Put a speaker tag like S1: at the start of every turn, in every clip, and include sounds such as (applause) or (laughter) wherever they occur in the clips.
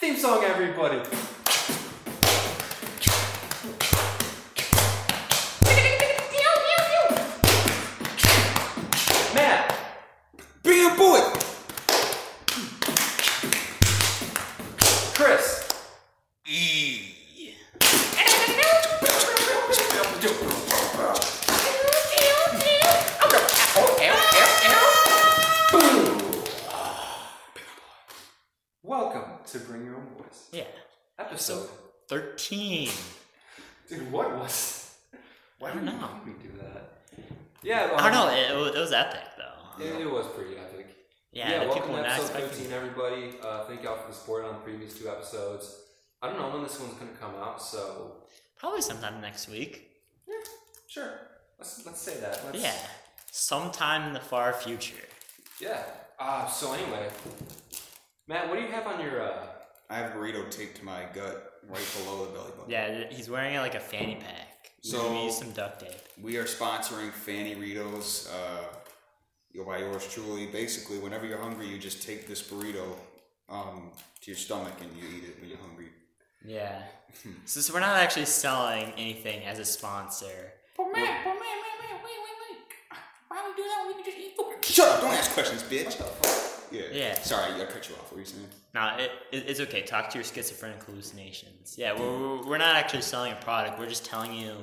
S1: Theme song, everybody. Matt,
S2: Bring your boy.
S1: Chris, welcome to Bring Your Own Voice.
S3: Yeah.
S1: Episode.
S3: 13.
S1: Dude, what was.
S3: (laughs) I don't know.
S1: Why did we do that? Yeah, um,
S3: I don't know. It, it was- it was epic, though.
S1: It, it was pretty epic.
S3: Yeah, the
S1: welcome
S3: people were
S1: to
S3: not
S1: episode
S3: expecting
S1: 15, everybody. Uh, thank y'all for the support on the previous two episodes. I don't know when this one's going to come out, so
S3: Probably sometime next week.
S1: sure. Let's, let's say that. Let's,
S3: Yeah. Sometime in the far future.
S1: Yeah. Uh, so, anyway, Matt, what do you have on your. Uh,
S2: I have burrito taped to my gut right below the belly button.
S3: Yeah, th- he's wearing like a fanny pack. So
S2: So-
S3: we use some duct tape.
S2: We are sponsoring Fanny Ritos. Uh, you'll buy yours truly. Basically, whenever you're hungry, you just take this burrito um, to your stomach and you eat it when you're hungry.
S3: Yeah.
S1: Hmm.
S3: so, so we're not actually selling anything as a sponsor.
S4: But man, but man, man, man, wait, wait, wait. Why we do that? We can just eat food.
S2: Shut up! Don't ask questions, bitch. Yeah.
S3: Yeah.
S2: Sorry, I cut you off. What were you saying?
S3: No, it, it, it's okay. Talk to your schizophrenic hallucinations. Yeah, we're, we're- we're not actually selling a product. We're just telling you,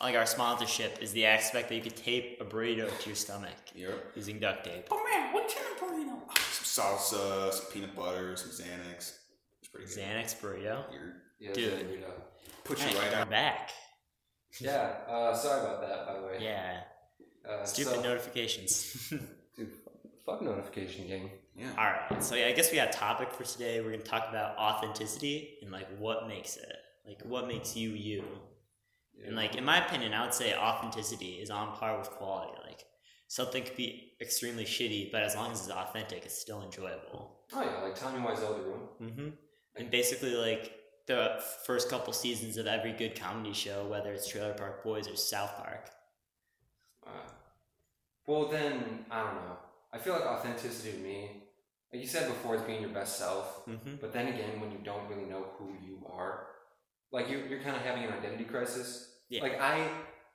S3: like, our sponsorship is the aspect that you could tape a burrito to your stomach
S2: Yep.
S3: using duct tape.
S4: But man, what kind of burrito?
S2: Some salsa, some peanut butter, some Xanax. It's pretty good.
S3: Xanax burrito.
S2: You're-
S1: yeah, it's a
S3: Dude.
S1: weirdo.
S2: Put you
S3: Hey,
S2: right
S3: we're
S2: out.
S3: back.
S1: Yeah, uh, sorry about that, by the way.
S3: Yeah.
S1: Uh,
S3: Stupid
S1: so-
S3: notifications. (laughs)
S1: Dude, fuck notification gang.
S2: Yeah.
S3: All right. So yeah, I guess we got a topic for today. We're gonna talk about authenticity and like what makes it, like what makes you you. And like in my opinion, I would say authenticity is on par with quality. Like something could be extremely shitty, but as long as it's authentic, it's still enjoyable.
S1: oh yeah, like Tommy Wiseau, the room.
S3: Mm-hmm. And basically, like the first couple seasons of every good comedy show, whether it's Trailer Park Boys or South Park.
S1: Uh, well, then I don't know. I feel like authenticity to me, like you said before, it's being your best self.
S3: Mm-hmm.
S1: But then again, when you don't really know who you are, like you, you're kind of having an identity crisis.
S3: Yeah.
S1: Like I,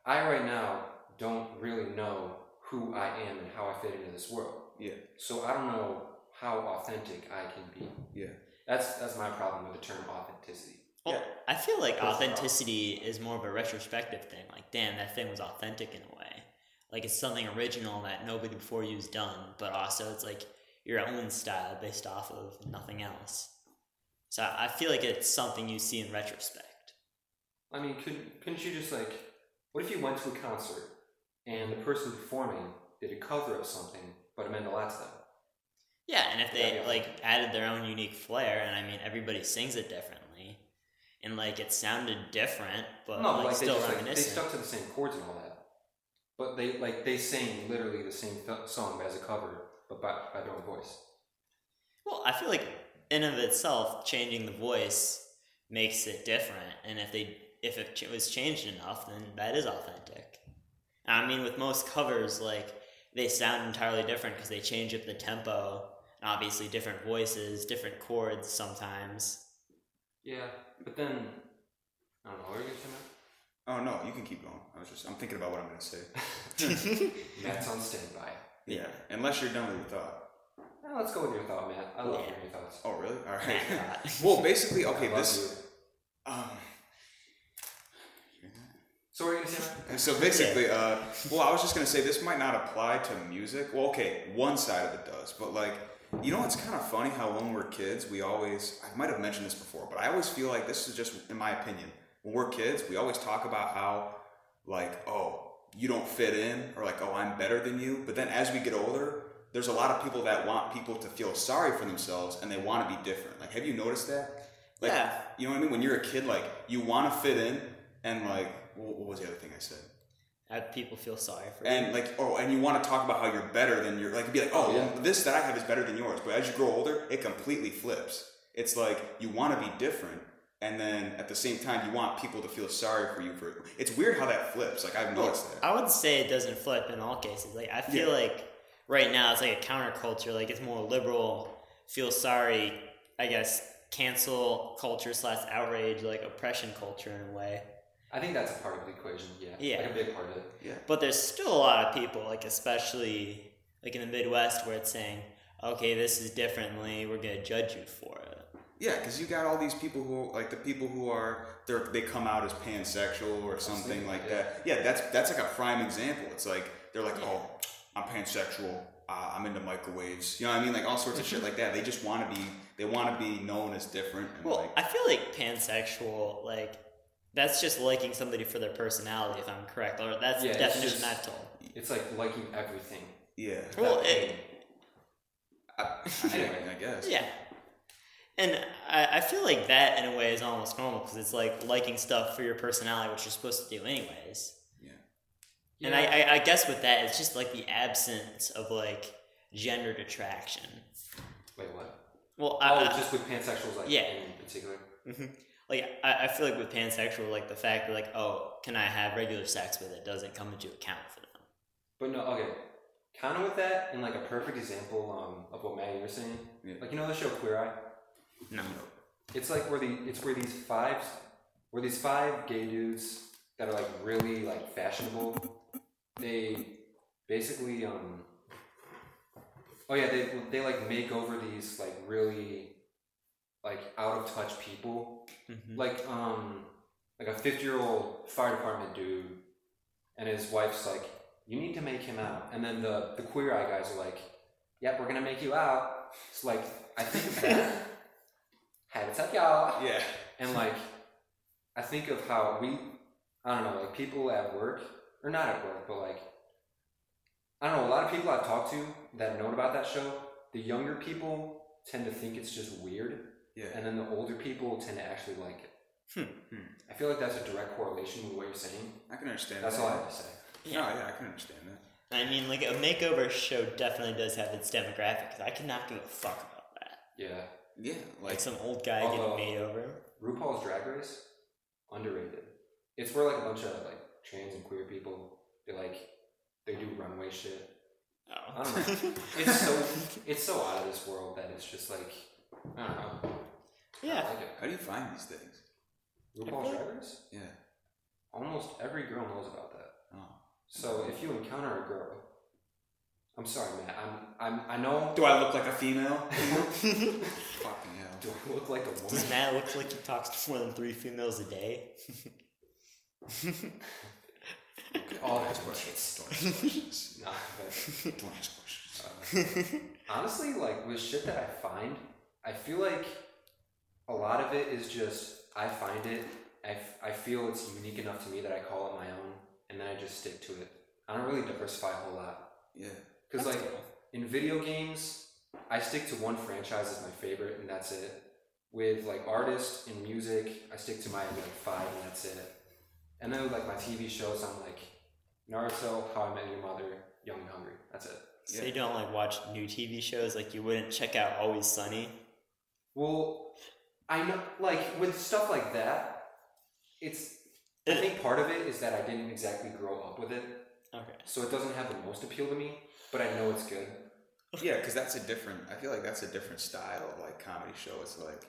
S1: I right now don't really know who I am and how I fit into this world.
S2: Yeah.
S1: So I don't know how authentic I can be.
S2: Yeah.
S1: That's that's my problem with the term authenticity.
S3: Well,
S2: Yeah.
S3: I feel like
S1: That's wrong.
S3: authenticity is more of a retrospective thing. Like, damn, that thing was authentic in a way. Like, it's something original that nobody before you's done, but also it's like your own style based off of nothing else. So I I feel like it's something you see in retrospect.
S1: I mean, could, couldn't you just like, what if you went to a concert and the person performing did a cover of something, but it meant a lot to them?
S3: Yeah, and if they
S1: Yeah, yeah.
S3: like added their own unique flair, and I mean, everybody sings it differently, and like it sounded different, but
S1: no, but
S3: like,
S1: like they
S3: still
S1: just like they
S3: reminiscent.
S1: stuck to the same chords and all that, but they like they sang literally the same th- song but as a cover, but by by their own voice.
S3: Well, I feel like in of itself, changing the voice makes it different, and if they if it ch- was changed enough, then that is authentic. I mean, with most covers, like they sound entirely different because they change up the tempo, and obviously different voices, different chords sometimes.
S1: Yeah, but then I don't know. What are you gonna
S2: Oh no, you can keep going. I was just. I'm thinking about what I'm gonna say. (laughs)
S1: (laughs) Matt's on standby.
S2: Yeah. Unless you're done with your thought.
S1: Now let's go with your thought, Matt. I love
S3: Yeah.
S1: hearing your thoughts.
S2: Oh really? All right.
S3: Matt
S2: well, basically, okay.
S1: I love
S2: This.
S1: you.
S2: Um,
S1: So we're gonna say. Matt?
S2: and so basically, uh, well, I was just gonna say this might not apply to music. Well, okay, one side of it does, but like, you know, it's kind of funny how when we're kids, we always. I might have mentioned this before, but I always feel like this is just in my opinion. When we're kids, we always talk about how, like, oh, you don't fit in, or like, oh, I'm better than you. But then as we get older, there's a lot of people that want people to feel sorry for themselves and they want to be different. Like, have you noticed that? Like,
S3: Yeah.
S2: You know what I mean? When you're a kid, like, you want to fit in, and like, what what was the other thing I said?
S3: Have people feel sorry for you.
S2: And like, oh, and you want to talk about how you're better than your, like, you'd be like, oh,
S1: Yeah.
S2: well, this that I have is better than yours. But as you grow older, it completely flips. It's like you want to be different, and then at the same time, you want people to feel sorry for you for. It's weird how that flips. Like I've noticed that.
S3: I would say it doesn't flip in all cases. Like I feel
S2: Yeah.
S3: like right now it's like a counterculture. Like it's more liberal, feel sorry, I guess, cancel culture slash outrage, like oppression culture in a way.
S1: I think that's a part of the equation. Yeah.
S3: Yeah.
S1: Like a big part of it.
S3: But there's still a lot of people, like especially like in the Midwest, where it's saying, "Okay, this is differently. We're gonna judge you for it."
S2: Yeah, because you got all these people who like the people who are they are they come out as pansexual or something
S1: Absolutely,
S2: like
S1: yeah.
S2: that. Yeah, that's that's like a prime example. It's like they're like,
S3: Yeah.
S2: oh, I'm pansexual. Uh, I'm into microwaves. You know what I mean? Like all sorts of shit like that. They just want to be they want to be known as different. And
S3: Well,
S2: like,
S3: I feel like pansexual, like that's just liking somebody for their personality, if I'm correct, or that's
S1: Yeah,
S3: the
S1: it's
S3: definition
S1: just-
S3: I've told.
S1: It's like liking everything. (laughs)
S2: yeah,
S3: Well, eh,
S1: That
S3: it-
S1: thing.
S2: I,
S1: Anyway.
S2: I guess.
S3: Yeah. And I, I feel like that in a way is almost normal because it's like liking stuff for your personality, which you're supposed to do anyways. And
S1: Yeah.
S3: I, I, I guess with that, it's just like the absence of like gendered attraction.
S1: Wait, what?
S3: Well, I,
S1: Oh,
S3: I-
S1: just with pansexuals, like
S3: Uh, Yeah.
S1: in particular.
S3: Mhm. like I, I feel like with pansexual, like the fact that like, oh, can I have regular sex with it doesn't come into account for them.
S1: But no, okay. Kind of with that, and like a perfect example um, of what Matt you were saying.
S2: Yeah.
S1: Like you know the show Queer Eye.
S3: No.
S1: It's like where the it's where these five where these five gay dudes that are like really like fashionable. They basically um. Oh yeah, they they like make over these like really, like out of touch people
S3: hmm
S1: like um like a 50 year old fire department dude and his wife's like you need to make him out and then the the queer eye guys are like yep we're gonna make you out it's like i think that had it up y'all
S2: Yeah.
S1: and like i think of how we i don't know like people at work or not at work but like i don't know a lot of people i've talked to that have known about that show the younger people tend to think it's just weird
S2: Yeah.
S1: and then the older people tend to actually like it.
S3: Hmm.
S2: Hmm.
S1: I feel like that's a direct correlation with what you're saying.
S2: I can understand.
S1: That's
S2: that.
S1: all I have to say.
S2: No, yeah, I can understand that.
S3: I mean, like a makeover show definitely does have its demographic. 'cause I could not give a fuck about that.
S1: Yeah.
S2: Yeah,
S3: Like,
S2: like
S3: some old guy
S1: Although-
S3: getting made over.
S1: RuPaul's Drag Race, underrated. It's where like a bunch of like trans and queer people they like they do runway shit.
S3: Oh.
S1: I don't It's so it's so out of this world that it's just like I don't know. I
S3: (laughs) yeah.
S1: like
S2: how do you find these things?
S1: it. RuPaul's Drag Race.
S2: Yeah.
S1: Almost every girl knows about that.
S2: Oh.
S1: So if you encounter a girl, I'm sorry, man. I'm I'm I know.
S2: Do I look like a female?
S1: (laughs)
S3: (laughs) Does
S2: Fucking hell.
S1: Do I look like a woman?
S3: Matt look like he talks to more than three females a day?
S1: (laughs) All
S2: Don't ask
S1: those
S2: questions.
S1: questions.
S2: Don't ask questions.
S1: (laughs) Nah, but,
S2: Don't ask questions.
S1: uh, honestly, like with shit that I find, I feel like a lot of it is just I find it. I, f- I feel it's unique enough to me that I call it my own, and then I just stick to it. I don't really diversify a whole lot
S2: Yeah.
S1: because
S3: That's
S1: like
S3: cool.
S1: in video games, I stick to one franchise as my favorite, and that's it. With like artists and music, I stick to my like five, and that's it. And then with like my TV shows, I'm like Naruto, How I Met Your Mother, Young and Hungry. That's it.
S3: So you don't like watch new TV shows like you wouldn't check out Always Sunny.
S1: Well, I know, like with stuff like that, it's. I think part of it is that I didn't exactly grow up with it,
S3: Okay.
S1: so it doesn't have the most appeal to me. But I know it's good.
S2: Yeah, because that's a different. I feel like that's a different style of like comedy show. It's like,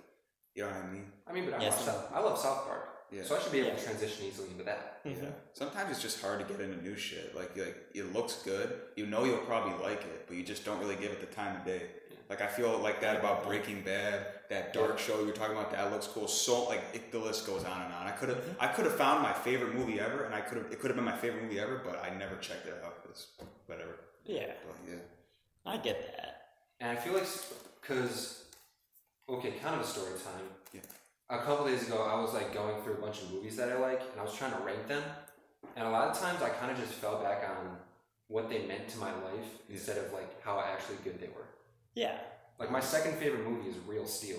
S2: you know what I mean?
S1: I mean, but I
S3: Yes,
S1: watch
S3: I know.
S1: South, I love South Park,
S2: Yeah.
S1: so I mm-hmm. should be able to
S3: Yeah.
S1: transition easily into that.
S2: yeah. Sometimes it's just hard to get into new shit. Like, you- like it looks good. You know you'll probably like it, but you just don't really give it the time of day.
S1: Yeah.
S2: Like I feel like that about Breaking Bad, that dark show you were talking about. That looks cool. So like it, the list goes on and on. I could have,
S1: Mm-hmm.
S2: I could have found my favorite movie ever, and I could have, it could have been my favorite movie ever, but I never checked it out because whatever.
S3: Yeah.
S2: But yeah.
S1: (laughs)
S3: I get that.
S1: And I feel like, because, okay, kind of a story time.
S2: Yeah.
S1: A couple days ago, I was like going through a bunch of movies that I like, and I was trying to rank them. And a lot of times, I kind of just fell back on what they meant to my life
S2: Yeah.
S1: instead of like how actually good they were.
S3: Yeah.
S1: Like my second favorite movie is Real Steel.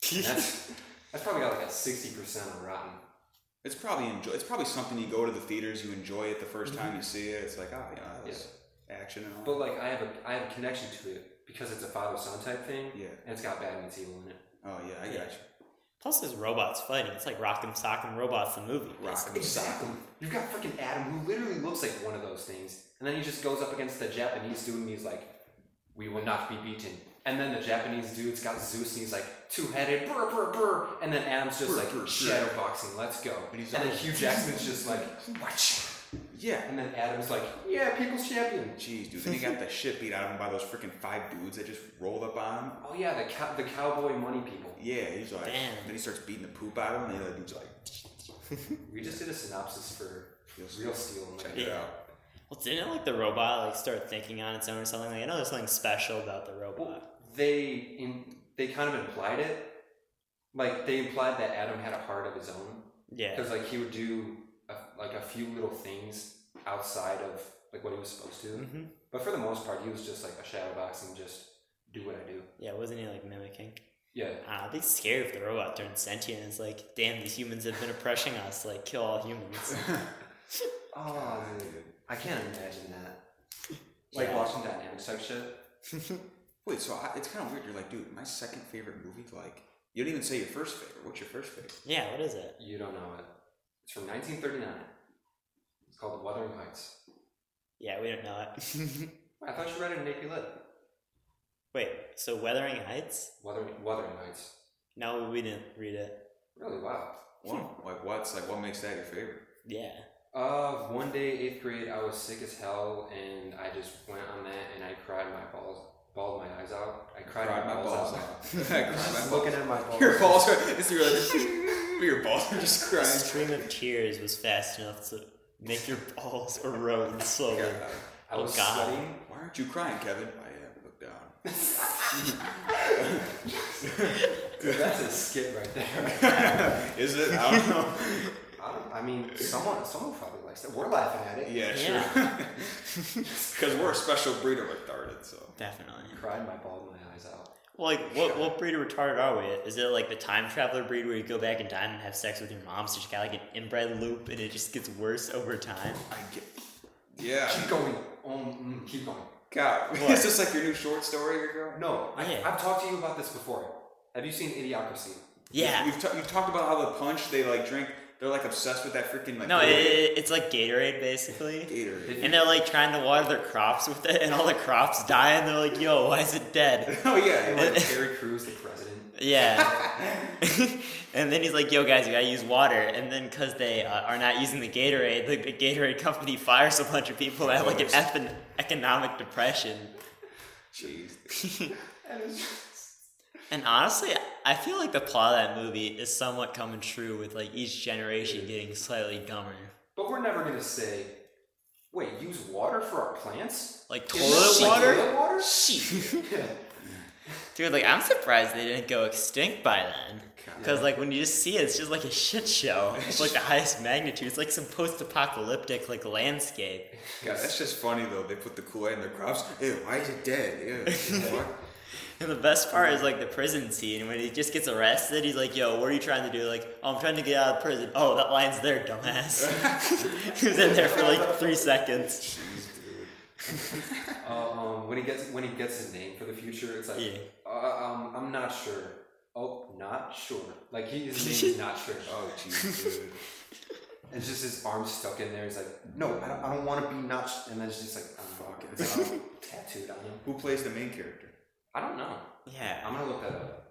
S2: (laughs)
S1: And That's that's probably got like a sixty percent on Rotten.
S2: It's probably enjoy. It's probably something you go to the theaters, you enjoy it the 1st time you see it. It's like, ah, you know, that was action and all.
S1: Mm-hmm. But
S2: that.
S1: like I have a I have a connection to it because it's a father son type thing,
S2: yeah.
S1: and it's got Bad Meets Evil in it.
S2: Oh yeah, I got
S3: Yeah.
S2: you.
S3: Plus, there's robots fighting. It's like Rock'em Sock'em Robots, the movie.
S2: Rock 'em
S3: basically.
S2: sock 'em.
S1: You've got freaking Adam who literally looks like one of those things, and then he just goes up against the Japanese dude and he's like, "We will not be beaten," And then the Japanese dude's got Zeus and he's like two headed, brr, brr, brr. And then Adam's just
S2: Brr,
S1: like
S2: brr, brr.
S1: shadowboxing, let's go.
S2: And he's
S1: then
S2: like-
S1: Hugh Jackman's just
S2: (laughs)
S1: like, watch.
S2: Yeah.
S1: And then Adam's like, yeah, people's champion.
S2: Jeez, dude. Then he got the shit beat out of him by those freaking five dudes that just rolled up on him.
S1: Oh, yeah, the, cow- the cowboy money people.
S2: Yeah, he's like.
S3: Damn.
S2: Then he starts beating the poop out of him, and the other dude's like,
S1: We just did a synopsis for (laughs)
S2: feels
S1: Real Steel. and,
S2: Check
S1: like,
S2: it
S3: Yeah.
S2: out.
S3: Well, didn't like the robot like start thinking on its own or something? Like I know there's something special about the robot.
S1: They in, they kind of implied it. Like, they implied that Adam had a heart of his own.
S3: Yeah.
S1: Because, like, he would do, a, like, a few little things outside of, like, what he was supposed to.
S3: hmm
S1: But for the most part, he was just like a shadow box and just do what I do.
S3: Yeah. Wasn't he like mimicking?
S1: Yeah.
S3: Ah, I'd be scared if the robot turned sentient. and It's like, damn, these humans have been oppressing us. Like, kill
S1: (laughs)
S3: all humans.
S1: Oh, dude. I can't imagine that. Like
S3: Yeah.
S1: watching dynamics type shit.
S2: Wait, so I, it's kind of weird. You're like, dude, my second favorite movie. Like, you didn't even say your first favorite. What's your first favorite?
S3: yeah. What is it?
S1: You don't know it. It's from 1939. It's called Wuthering Heights.
S3: Yeah, we don't know it. (laughs)
S1: I thought you read it in AP Lit.
S3: Wait. So Weathering Heights?
S1: Wuthering, Wuthering Heights.
S3: No, we didn't read it.
S1: Really? Wow.
S2: Well, like, what's like, what makes that your favorite?
S3: Yeah.
S1: Uh, one day, eighth grade, I was sick as hell, and I just went on that, and I cried my balls, bawled my eyes out. I cried, my, balls, out.
S2: (laughs) I
S1: I
S2: cried
S1: was
S2: my
S1: just
S2: balls.
S1: looking at my balls.
S2: Your
S1: (laughs)
S2: balls are. It's your like, your balls are just
S3: The
S2: crying.
S3: stream of tears was fast enough to make your balls erode slowly.
S2: God.
S1: I
S3: Oh,
S1: was
S3: God.
S2: (laughs)
S1: sweating.
S2: Why aren't you crying, Kevin? I uh, looked (laughs) down.
S1: Dude, that's a skit right there.
S2: (laughs) Is it? I don't know. (laughs)
S1: I, don't- I mean, someone, someone probably likes it. We're laughing at it.
S2: Yeah, sure. (laughs) Because we're a special breed of retarded, so.
S3: Definitely.
S1: Cried my bald my eyes out.
S3: Well, like, what, what breed of retarded are we? Is it like the time traveler breed where you go back in time and have sex with your mom, so you got like an inbred loop and it just gets worse over time?
S2: I get. Yeah.
S1: Keep going. Um, mm, keep going.
S2: God, (laughs)
S3: What?
S2: is this like your new short story, your girl?
S1: No, I,
S3: Yeah.
S1: I've talked to you about this before. Have you seen Idiocracy?
S3: Yeah.
S2: You've, ta- you've talked about how the punch they like drink. They're like obsessed with that freaking like.
S3: No, it,
S2: Gatorade.
S3: it, it's like Gatorade basically.
S2: Gatorade.
S3: And they're like trying to water their crops with it, and all the crops die, and they're like, yo, why is it dead?
S2: (laughs) Oh yeah.
S1: And
S2: it-
S3: (laughs)
S1: like Terry Crews, the president.
S3: Yeah. (laughs) and then he's like, yo, guys, you gotta use water. And then, because they uh, are not using the Gatorade, the, the Gatorade company fires a bunch of people that have like an epon- economic depression.
S2: Jeez.
S3: (laughs)
S1: And it's just-
S3: And honestly, I feel like the plot of that movie is somewhat coming true with like each generation getting slightly dumber.
S1: But we're never gonna say, wait, use water for our plants?
S3: Like
S1: Is
S3: toilet
S1: this
S3: water?
S1: Toilet
S3: (laughs)
S1: water?
S2: (laughs)
S3: Shit.
S1: Yeah.
S3: Dude, like I'm surprised they didn't go extinct by then. Because like when you just see it, it's just like a shit
S1: (laughs)
S3: show. It's like the highest magnitude. It's like some post-apocalyptic like landscape. (laughs)
S2: God, that's just funny though. They put the Kool Aid in their crops. Ew, why is it dead? Ew,
S3: (laughs)
S2: what?
S3: And the best part is like the prison scene when he just gets arrested. He's like, "Yo, what are you trying to do?" Like, "Oh, I'm trying to get out of prison." Oh, that line's there, dumbass. (laughs) he was in there for like three seconds.
S1: Uh, um, when he gets when he gets his name for the future, it's like,
S3: Yeah.
S1: uh, um, I'm not sure. Oh, not sure. Like he, his name is not sure.
S3: (laughs)
S2: Oh jeez, dude.
S1: It's just his arm stuck in there. He's like, no, I don't, I don't want to be notched. And then it's just like, I'm fucking it's
S3: (laughs)
S1: all tattooed on him.
S2: Who plays the main character?
S1: I don't know.
S3: Yeah,
S1: I'm gonna look that up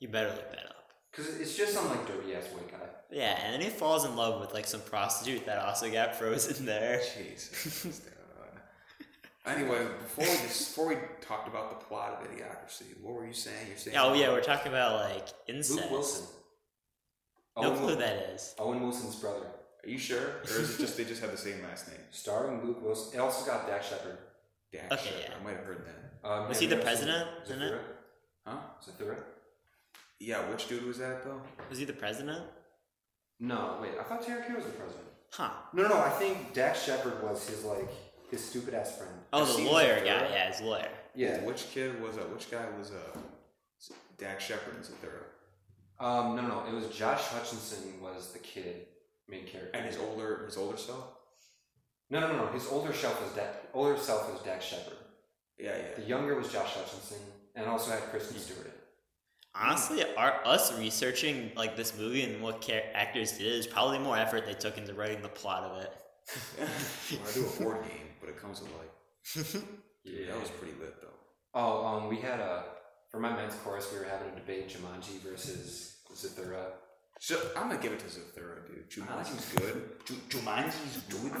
S3: you better look that up.
S1: because it's just some like dirty ass white guy.
S3: Yeah, and then he falls in love with like some prostitute that also got
S1: (laughs)
S3: frozen there. (laughs)
S2: Jesus. anyway, before we just, before we talked about the plot of Idiocracy, what were you saying? You're saying?
S3: Oh yeah, we're talking about like incest.
S1: Luke Wilson. Oh,
S3: No
S1: Owen,
S3: clue who
S1: Wil-
S3: that is.
S1: Owen Wilson's brother,
S2: Are you sure? Or is it just they just have the same
S3: (laughs)
S2: last name?
S1: starring Luke Wilson. It also got Dax Shepard.
S2: Dax.
S3: Okay,
S2: Shepard.
S3: Oh, yeah.
S2: I might have heard that.
S1: Um,
S3: Was
S1: yeah,
S3: he the
S1: Wilson-
S3: president in it?
S1: Zathura?
S2: Huh?
S1: Zathura?
S2: Yeah. Which dude was that though?
S3: Was he the president?
S1: No, wait. I thought Terry Crews was the president.
S3: Huh?
S1: No, no, no. I think Dax Shepard was his like his stupid ass friend.
S3: Oh,
S2: I've
S3: the
S2: seen
S3: lawyer
S2: Zathura.
S3: guy. Yeah, his lawyer.
S1: Yeah.
S2: Which kid was that? Which guy was uh? Dax Shepard was it there?
S1: Um. No, no. It was Josh Hutchinson was the kid main character.
S2: And his older his older self.
S1: No, no, no. His older self was Dax. Older self was Dax Shepard.
S2: Yeah,
S1: The
S3: (laughs)
S2: yeah.
S1: younger was Josh Hutchinson, and also had Kristen
S3: Hmm.
S1: Stewart. in it.
S2: Hmm.
S3: Honestly, our, us researching like this movie and what char- actors did is probably more effort they took into writing the plot of it.
S2: well, I do a board game, but it comes with like. Dude,
S1: Yeah.
S2: that was pretty lit though.
S1: Oh, um, we had a for my men's chorus, we were having a debate: Jumanji versus
S2: (laughs)
S1: Zathura.
S2: So I'm gonna give it to Zathura, dude. Jumanji's
S3: Ah.
S2: good. Ju- Jumanji's good.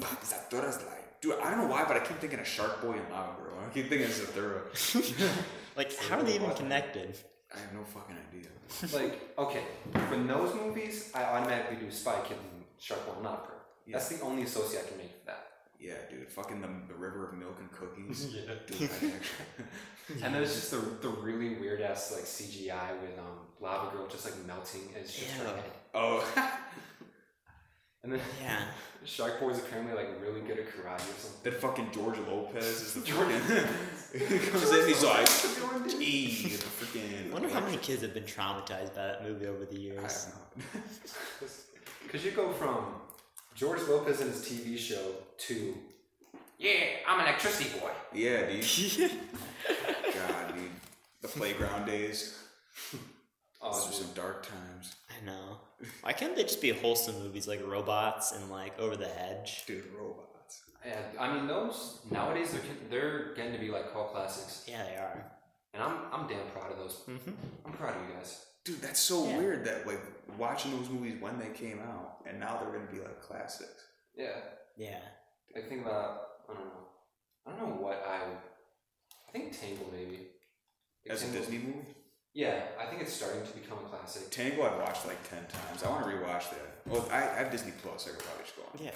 S2: Fuck, Zathura's like, dude. I don't know why, but I keep thinking of Shark Boy and Lava Girl. I keep thinking of Zathura.
S3: (laughs)
S2: (laughs)
S3: Like, how are they even connected?
S2: I have no fucking idea.
S1: like, okay, from those movies, I automatically do Spy Kid and Sharkboy and Lava Girl. That's the only associate I can make for that.
S2: Yeah, dude. Fucking the, the river of milk and
S3: (laughs)
S2: cookies. (laughs)
S1: Yeah.
S2: Dude, I actually- (laughs)
S1: And there's just the, the really weird ass like CGI with um Lava Girl just like melting and it's just like,
S3: Ew.
S2: oh, (laughs)
S1: and then
S3: Yeah.
S1: (laughs) Shark Boy is apparently like really good at karate or something.
S2: that fucking George Lopez
S1: (laughs)
S3: (laughs)
S2: is (laughs) the
S1: George-
S2: fucking. he comes in, he's like, "Ee, the freaking.
S3: I wonder how many kids have been traumatized by that movie over the
S2: I
S3: years.
S2: don't know.
S1: Because you go from George Lopez and his TV show to yeah, I'm an electricity boy.
S2: Yeah, dude.
S3: (laughs)
S2: God, dude. The playground days. Those were
S1: Oh,
S2: some dark times.
S3: I know. Why can't they just be wholesome movies like Robots and like Over the Hedge?
S2: Dude, robots.
S1: yeah, I mean those nowadays they're they're getting to be like cult classics,
S3: Yeah, they are.
S1: and I'm I'm damn proud of those.
S3: Mm-hmm.
S1: I'm proud of you guys.
S2: Dude, that's so
S3: Yeah.
S2: weird that, like, watching those movies when they came out, and now they're going to be, like, classics.
S1: Yeah.
S3: Yeah.
S1: I think about I don't know. I don't know what I. I think Tangle maybe. Like
S2: As a
S1: Tangle-
S2: Disney movie?
S1: Yeah, I think it's starting to become a classic.
S2: Tangle, I've watched, like, 10 times. I want to rewatch that. Well, I, I have Disney Plus. I could probably just go on.
S3: Yeah.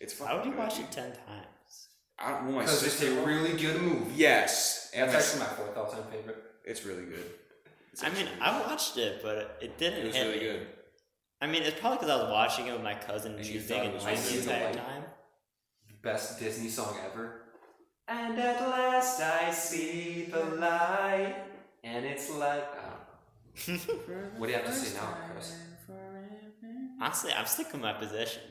S2: It's fucking
S3: Why would you
S2: good,
S3: watch
S2: dude.
S3: it ten times?
S2: I don't want my
S1: Because it's
S2: sister.
S1: a really good movie.
S2: Yes. And
S1: That's
S2: my-
S1: actually my fourth all-time favorite.
S2: It's really good. It's
S3: I mean,
S2: actually
S3: I watched it, but it
S2: good.
S3: didn't
S2: It was
S3: hit
S2: really
S3: me.
S2: good.
S3: I mean, it's probably because I was watching it with my cousin
S2: And you
S3: cheesing
S2: thought it
S3: and
S2: was
S3: cheesing the
S1: really
S3: entire
S1: good.
S3: time.
S1: Best Disney song ever. And at last I see the light, and it's like I don't know. what do you have to say now, Chris?
S3: Honestly, I'm sticking with my position.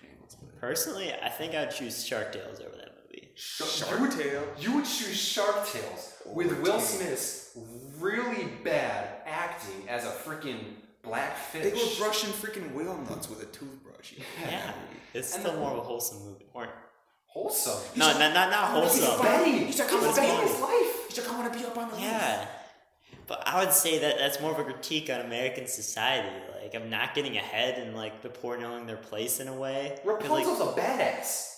S2: Tangle's good.
S3: Personally, I think I'd choose Shark Tales over that movie.
S2: Shark Tale.
S1: You would choose Shark Tales with
S2: Over
S1: Will
S2: Tangled.
S1: Smith's really bad acting as a freaking blackfish.
S2: They were brushing freaking whale nuts with a toothbrush. yo.
S3: Yeah, it's
S1: And
S3: still
S1: the-
S3: more of a wholesome movie. Or,
S1: Wholesome.
S3: no, not, not not
S1: He's
S3: wholesome.
S1: fighting. He's
S2: He's like, I'm
S1: fighting
S2: fighting.
S1: his life.
S2: He's like, I want to be up on the
S3: Yeah. But I would say that that's more of a critique on American society, like of not getting ahead and like the poor knowing their place in a way. 'Cause, like,
S1: Rapunzel's a badass.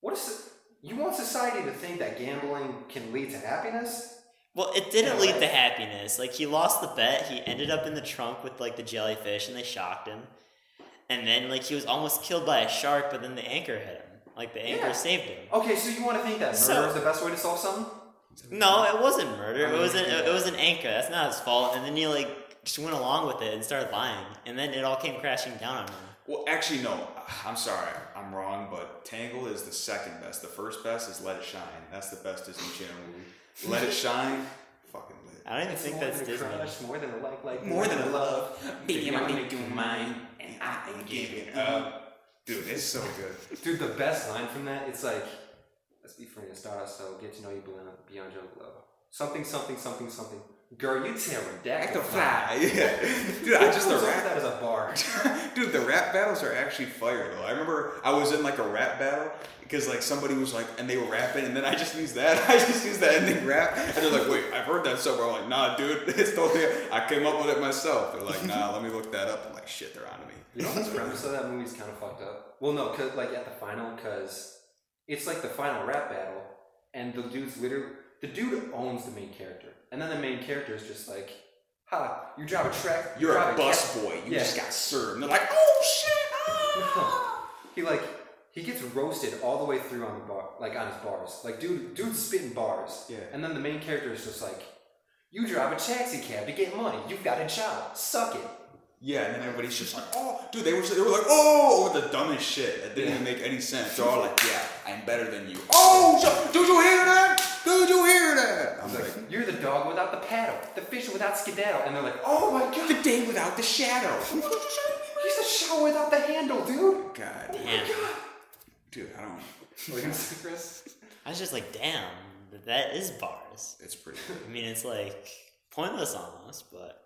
S1: What is the, you want society to think that gambling can lead to happiness?
S3: well, it didn't
S1: Yeah,
S3: lead
S1: right.
S3: to happiness. Like he lost the bet. He ended up in the trunk with like the jellyfish, and they shocked him. And then like he was almost killed by a shark, but then the anchor hit him. Like the anchor
S1: Yeah. Oh.
S3: saved him.
S1: Okay, so you want to think that murder
S3: So-
S1: is the best way to solve something?
S3: No, it wasn't murder. It was an
S1: Yeah.
S3: it was an anchor. That's not his fault. And then he like just went along with it and started lying. And then it all came crashing down on him.
S2: Well, actually, no. I'm sorry. I'm wrong, but Tangle is the second best. The first best is Let It Shine. That's the best Disney Channel movie. Let It Shine. Fucking lit.
S3: I don't even
S1: It's
S3: think
S1: more
S3: that's
S1: than a
S3: Disney.
S1: crush, more than a like, like
S2: More than a
S1: love.
S2: Baby, I'm gonna do
S1: mine,
S2: And I ain't giving up. Dude, it's so good.
S1: Dude, the best line from that, it's like, let's be friends, start so get to know you beyond, beyond your love. Something, something, something, something. Girl, you
S2: Act
S1: pterodactyl
S2: of fly. Yeah. (laughs) Dude, I (laughs) just the
S1: Who comes up with
S2: rap.
S1: that as a bar.
S2: (laughs) Dude, the rap battles are actually fire though. I remember I was in like a rap battle because like somebody was like, and they were rapping, and then I just used that. (laughs) I just used that ending rap, and they're like, "Wait, I've heard that somewhere." I'm like, "Nah, dude, (laughs) it's totally." I came up with it myself. They're like, "Nah, let me look that up." I'm like, "Shit, they're onto me."
S1: You know, the premise of that movie's kind of fucked up. Well, no, cause, like at the final, because it's like the final rap battle, and the dude's literally the dude owns the main character, and then the main character is just like, "Ha, you drive a track, you
S2: You're
S1: drive
S2: a bus boy. You
S1: Yeah.
S2: just got served. And they're like, "Oh shit!"
S1: (laughs)
S2: ah!"
S1: cat-" He like he gets roasted all the way through on the bar, like on his bars. Like dude, dude's spitting bars,
S2: Yeah.
S1: and then the main character is just like, "You drive a taxi cab to get money. You've got a job. Suck it."
S2: Yeah, and then everybody's just like, "Oh, dude," they were they were like, "Oh," with the dumbest shit that didn't even make any sense. They're all like, "Yeah, I'm better than you." Oh, so, did you hear that? Did you hear that? I'm like,
S1: You're the dog without the paddle, the fish without skedaddle, and they're like, "Oh my god."
S2: "The day without the shadow." (laughs)
S1: He's a shower without the handle, dude.
S2: God,
S3: Damn.
S2: dude, I don't.
S3: I was just like, damn, that is bars.
S2: It's pretty.
S3: I mean, it's like pointless almost, but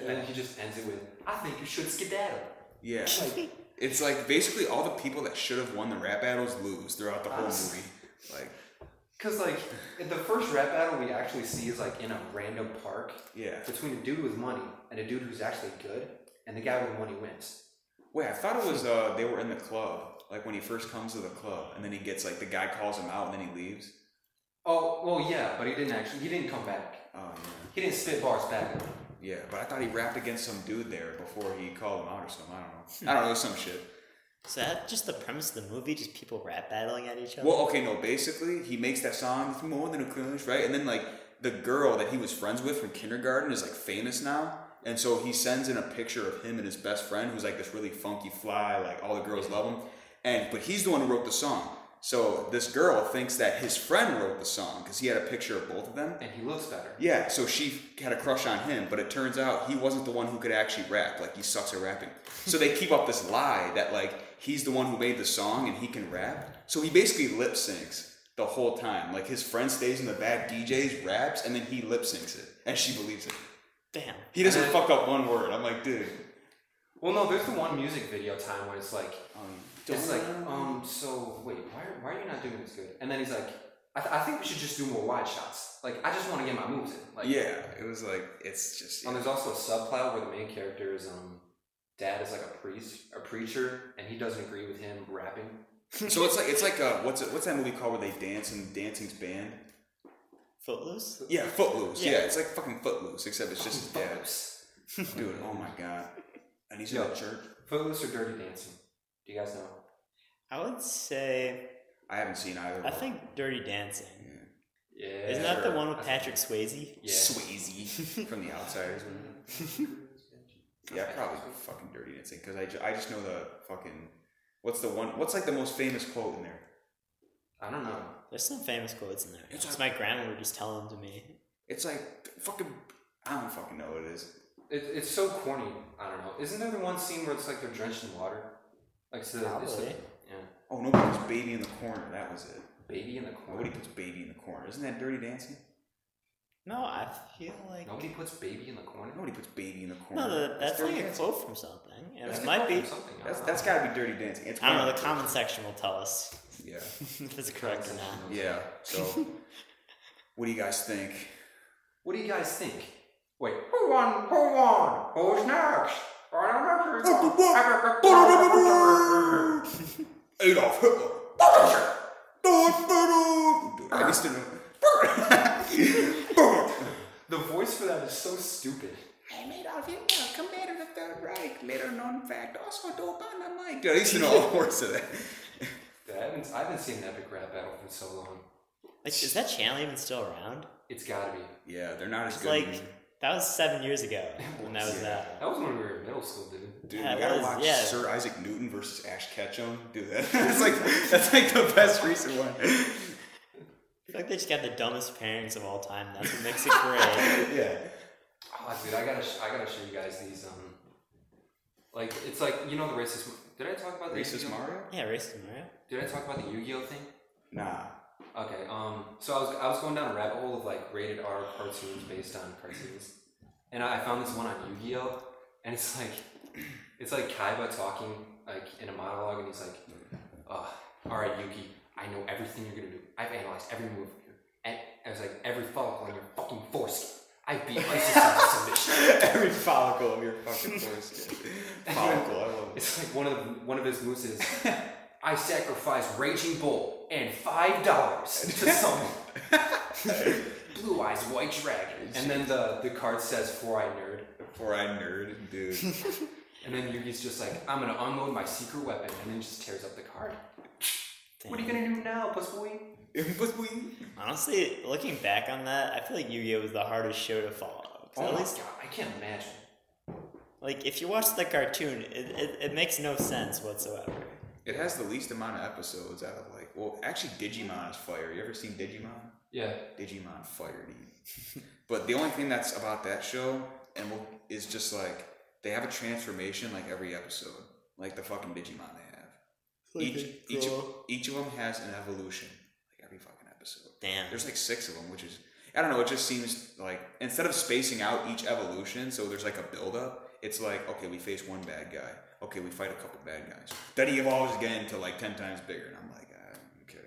S1: and then he just ends it with, "I think you should skedaddle."
S2: Yeah,
S1: Like,
S2: it's like basically all the people that should have won the rap battles lose throughout the whole
S1: Us.
S2: movie. Like,
S1: Because like in the first rap battle we actually see is like in a random park
S2: Yeah.
S1: between a dude with money and a dude who's actually good, and the guy with money wins.
S2: Wait, I thought it was uh they were in the club. Like when he first comes to the club and then he gets like the guy calls him out and then he leaves.
S1: Oh well, yeah, but he didn't actually. He didn't come back.
S2: Oh
S1: He didn't spit bars back.
S2: yeah. Yeah, but I thought he rapped against some dude there before he called him out or something. I don't know. I don't know, some shit.
S3: Is that just the premise of the movie? Just people rap battling at each other?
S2: Well, okay, no, basically he makes that song it's more than a crush, right? And then like the girl that he was friends with from kindergarten is like famous now. And so he sends in a picture of him and his best friend who's like this really funky fly, like all the girls love him. And but he's the one who wrote the song. So this girl thinks that his friend wrote the song because he had a picture of both of them.
S1: and he looks better.
S2: Yeah, so she had a crush on him, but it turns out he wasn't the one who could actually rap. Like he sucks at rapping. So they keep up this lie that like he's the one who made the song and he can rap. So he basically lip syncs the whole time. Like his friend stays in the back, DJs, raps, and then he lip syncs it, and she believes it.
S3: Damn.
S2: He doesn't fuck up one word. I'm like, dude.
S1: Well, no, there's the one music video time where it's like,
S2: Um,
S1: it's like, um, so wait, why are, why are you not doing this good? And then he's like, I, th- I think we should just do more wide shots. Like, I just want to get my moves in. Like,
S2: yeah, it was like it's just.
S1: And there's also a subplot where the main character's um, dad is like a priest, a preacher, and he doesn't agree with him rapping.
S2: so it's like it's like uh, what's it, what's that movie called where they dance and dancing's banned?
S3: Footloose?
S2: Yeah, Footloose. Yeah.
S3: Yeah.
S2: it's like fucking Footloose, except it's just his dad.
S3: (laughs)
S2: Dude, oh my god. And he's in
S1: Yo.
S2: the church.
S1: Footloose or Dirty Dancing? Do you guys know?
S3: I would say.
S2: I haven't seen either.
S3: I
S2: one.
S3: think Dirty Dancing.
S2: Yeah.
S1: Yeah.
S3: Isn't that
S1: sure.
S3: the one with
S1: I think-
S3: Patrick Swayze?
S1: Yeah. (laughs)
S2: Swayze (laughs) from The Outsiders. Yeah, probably fucking Dirty Dancing because I, ju- I just know the fucking what's the one what's like the most famous quote in there.
S1: I don't know.
S3: There's some famous quotes in there.
S2: It's
S3: It's my grandma would just tell them to me.
S2: It's like fucking I don't fucking know what it is.
S1: It, it's so corny. I don't know. Isn't there the one scene where it's like they're drenched in water? Like so it's
S3: Probably.
S1: like, yeah,
S2: Oh, nobody puts baby in the corner. That was it.
S1: baby in the corner.
S2: Nobody puts baby in the corner. Isn't that Dirty Dancing?
S3: No, I feel like.
S1: Nobody puts baby in the corner.
S2: Nobody puts baby in the corner.
S3: No, the, that's
S2: Dirty
S3: like a
S2: Dancing.
S3: quote from something. And
S1: That's
S3: it
S1: the
S3: might
S1: quote from
S3: be.
S1: something. I
S2: That's
S1: don't
S2: that's
S1: know.
S2: gotta be Dirty Dancing. It's
S3: I don't know.
S2: one
S3: The
S2: of-
S3: comment section will tell us
S2: Yeah.
S3: if it's correct or not.
S2: Yeah.
S3: (laughs)
S2: So, what do you guys think?
S1: What do you guys think? Wait, who won? Who won? Who's next?
S2: Adolf Hitler. I used to know.
S1: The voice for that is so stupid.
S2: I'm Adolf Hitler, commander of the Third Reich, later known fact, also dynamite. Dude, I used to know all the words of that.
S1: Yeah, I haven't, I haven't seen an epic rap battle in so long.
S3: Like, is that channel even still around?
S1: It's gotta be.
S2: Yeah, they're not as
S3: It's
S2: good.
S3: like
S2: anymore.
S3: that was seven years ago when that was
S2: Yeah.
S3: that.
S1: That was when we were in middle school, dude.
S2: Dude,
S3: Yeah,
S2: you
S3: it
S2: gotta
S3: was,
S2: watch
S3: yeah.
S2: Sir Isaac Newton versus Ash Ketchum. Dude, that, (laughs) that's like that's like the best recent one.
S3: I feel like they just got the dumbest parents of all time. That's what makes it
S2: (laughs)
S3: great.
S2: yeah.
S1: Oh, dude, I gotta, sh- I gotta show you guys these. Um, like it's like you know the racist. Did I talk about the
S2: Racist
S1: Yu-Gi-Oh?
S2: Mario?
S3: Yeah, racist Mario.
S1: Did I talk about the Yu-Gi-Oh thing?
S2: Nah.
S1: Okay. Um. So I was I was going down a rabbit hole of like rated R cartoons based on cartoons, and I found this one on Yu Gi Oh, and it's like (clears throat) it's like Kaiba talking like in a monologue, and he's like, uh, "All right, Yugi, I know everything you're gonna do. I've analyzed every move, and I was like every follicle on your fucking foreskin. I beat ISIS into submission."
S2: (laughs) Every follicle of your fucking foreskin. follicle, I love it.
S1: It's like one of one of his moves is, "I sacrifice Raging Bull and five dollars to summon." Blue Eyes White Dragon. And then the, the card says For I Nerd.
S2: (laughs) Before I nerd, dude.
S1: And then Yugi's just like, I'm gonna unload my secret weapon and then just tears up the card. What are you gonna do now, puss boy?
S2: But we,
S3: Honestly, looking back on that, I feel like Yu-Gi-Oh was the hardest show to follow. 'Cause
S1: Oh
S3: at
S1: my
S3: least,
S1: god, I can't imagine.
S3: like if you watch the cartoon, it, it, it makes no sense whatsoever.
S2: it has the least amount of episodes out of like, well, actually, Digimon is fire. You ever seen Digimon?
S1: Yeah.
S2: Digimon Fire Deep. but the only thing that's about that show and we'll, is just like they have a transformation like every episode, like the fucking Digimon they have. Each each of, each of them has an evolution, like every fucking episode.
S3: Damn.
S2: There's like six of them, which is I don't know. It just seems like instead of spacing out each evolution, so there's like a buildup. It's like okay, we face one bad guy. Okay, we fight a couple bad guys. Then he evolves again to like ten times bigger, and I'm like, ah, okay.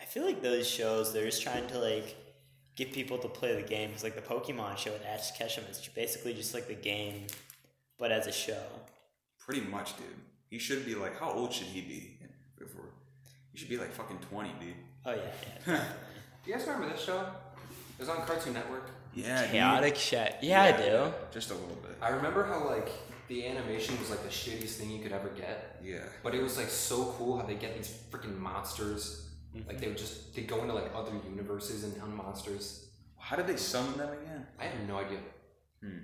S3: I feel like those shows they're just trying to like get people to play the game. It's like the Pokemon show with Ash Ketchum is basically just like the game, but as a show.
S2: Pretty much, dude. He should be like, how old should he be? If we're, he should be like fucking twenty, dude.
S3: Oh yeah, yeah.
S1: You guys remember this show? It was on Cartoon Network.
S2: Yeah, dude.
S3: chaotic shit. Yeah, I do.
S2: Just a little bit.
S1: I remember how like the animation was like the shittiest thing you could ever get,
S2: Yeah.
S1: but it was like so cool how they get these freaking monsters. Like they would just they go into like other universes and hunt monsters.
S2: How did they summon them again?
S1: I have no idea.
S2: Hmm.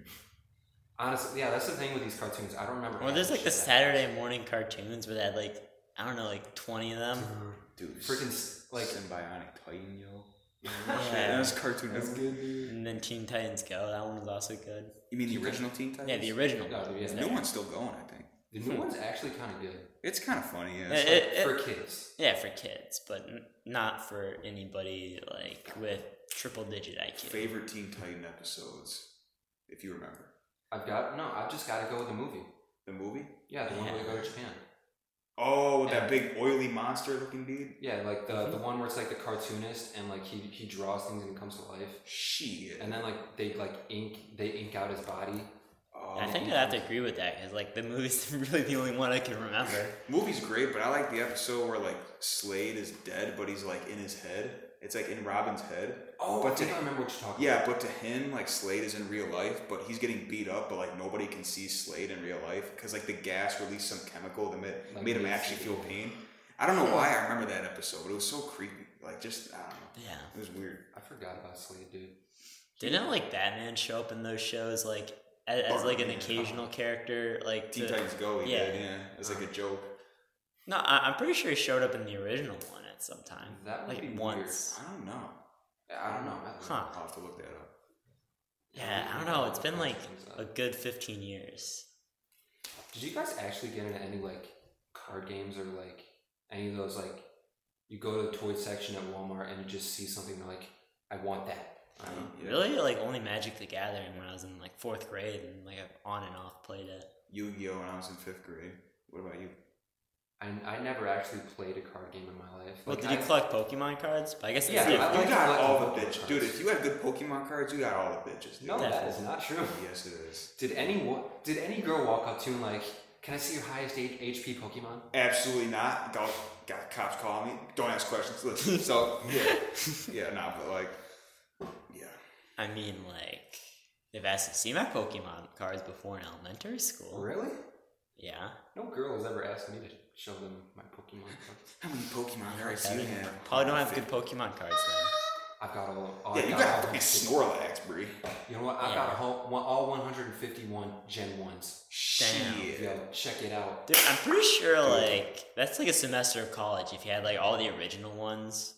S1: Honestly, yeah, that's the thing with these cartoons. I don't remember.
S3: Well, there's
S1: half
S3: like the
S1: shit.
S3: Saturday morning cartoons where they had like I don't know, like twenty of them.
S2: Dude,
S1: freaking s- like
S2: Symbionic Titan, yo.
S3: Yeah.
S2: (laughs) That was cartoon.
S1: that's
S2: Network.
S1: good, dude.
S3: And then Teen Titans Go. That one was also good.
S2: You mean the original Teen Titans?
S3: Yeah, the original.
S1: No,
S3: one
S1: yeah,
S3: was
S1: no
S2: new
S3: there.
S2: one's still going, I think.
S1: The new
S3: Hmm.
S1: one's actually kind of good
S2: It's kind of funny. Yeah.
S3: Yeah,
S2: It's
S3: it-
S2: like-
S1: for kids.
S3: Yeah, for kids, but n- not for anybody like with triple digit IQ.
S2: favorite Teen Titan episodes, if you remember
S1: I've got no. I've just got to go with the movie.
S2: the movie.
S1: Yeah, the one where they go
S3: Yeah.
S1: to Japan.
S2: Oh, with
S3: Yeah.
S2: that big oily monster looking dude.
S1: Yeah, like
S3: Mm-hmm.
S1: the the one where it's like the cartoonist and like he he draws things and it comes to life.
S2: Shit.
S1: And then like they like ink they ink out his body.
S2: Oh,
S3: I think I have to agree with that because like the movie's (laughs) really the only one I can remember.
S2: Movie's great, but I like the episode where like Slade is dead, but he's like in his head. It's like in Robin's head.
S1: Oh,
S2: But
S1: I think
S2: to-
S1: I remember what you're talking.
S2: Yeah, but to him, like Slade is in real life, but he's getting beat up, but like nobody can see Slade in real life because like the gas released some chemical that made,
S1: Like,
S2: made him
S1: made
S2: actually
S1: Slade.
S2: feel pain. I don't know why I remember that episode. It was so creepy. Like just I don't know.
S3: Yeah.
S2: It was weird.
S1: about. I forgot about Slade, dude.
S3: Didn't like Batman show up in those shows like as, as like an
S2: Bartman.
S3: occasional character? Like
S2: Teen
S3: to-
S2: Titans Go. He
S3: yeah.
S2: did, yeah. It was like
S1: Uh-huh.
S2: a joke.
S3: no, I, I'm pretty sure he showed up in the original one at some time.
S1: That would
S3: like
S1: be weird.
S3: once.
S2: I don't know.
S1: I don't know. I
S3: Huh.
S2: I'll have to look that up.
S3: Yeah, I don't know. It's been like a good 15 years.
S1: Did you guys actually get into any like card games or like any of those like you go to the toy section at Walmart and you just see something you're like I want that. I don't know.
S2: Yeah.
S3: Really, like only Magic the Gathering when I was in like fourth grade, and like I've on and off played it.
S2: Yu-Gi-Oh when I was in fifth grade. What about you?
S1: I, I never actually played a card game in my life.
S3: Well,
S1: Like,
S3: did you
S1: I-
S3: collect Pokemon cards? But I guess
S1: Yeah,
S3: that's different.
S1: I like
S2: you got
S1: collecting
S2: all the
S1: Pokemon
S2: bitches, dude.
S1: cards.
S2: If you had good Pokemon cards, you got all the bitches. Dude.
S1: No, that is
S3: Definitely.
S1: not true.
S2: Yes, it is.
S1: Did any wa- did any girl walk up to you and like, can I see your highest H- HP Pokemon?
S2: Absolutely not. Got, got cops calling me. Don't ask questions. (laughs) Listen. So yeah, yeah, nah, but like, yeah.
S3: I mean, like they've asked to see my Pokemon cards before in elementary school.
S1: Really?
S3: Yeah,
S1: No girl has ever asked me to show them my Pokemon cards.
S2: How many Pokemon
S3: I
S2: cards do you
S3: don't
S2: have?
S3: remember. probably don't have good Pokemon cards then.
S1: I've got all. all
S2: Yeah,
S1: I've
S2: you
S1: got
S2: got
S1: all
S2: a
S1: 150
S2: freaking Snorlax, Bree.
S1: You know what? I've
S3: Yeah.
S1: got a whole, one, all 151 Gen ones.
S3: Damn.
S2: Shit.
S1: Yo, check it out.
S3: Dude, I'm pretty sure like that's like a semester of college if you had like all the original ones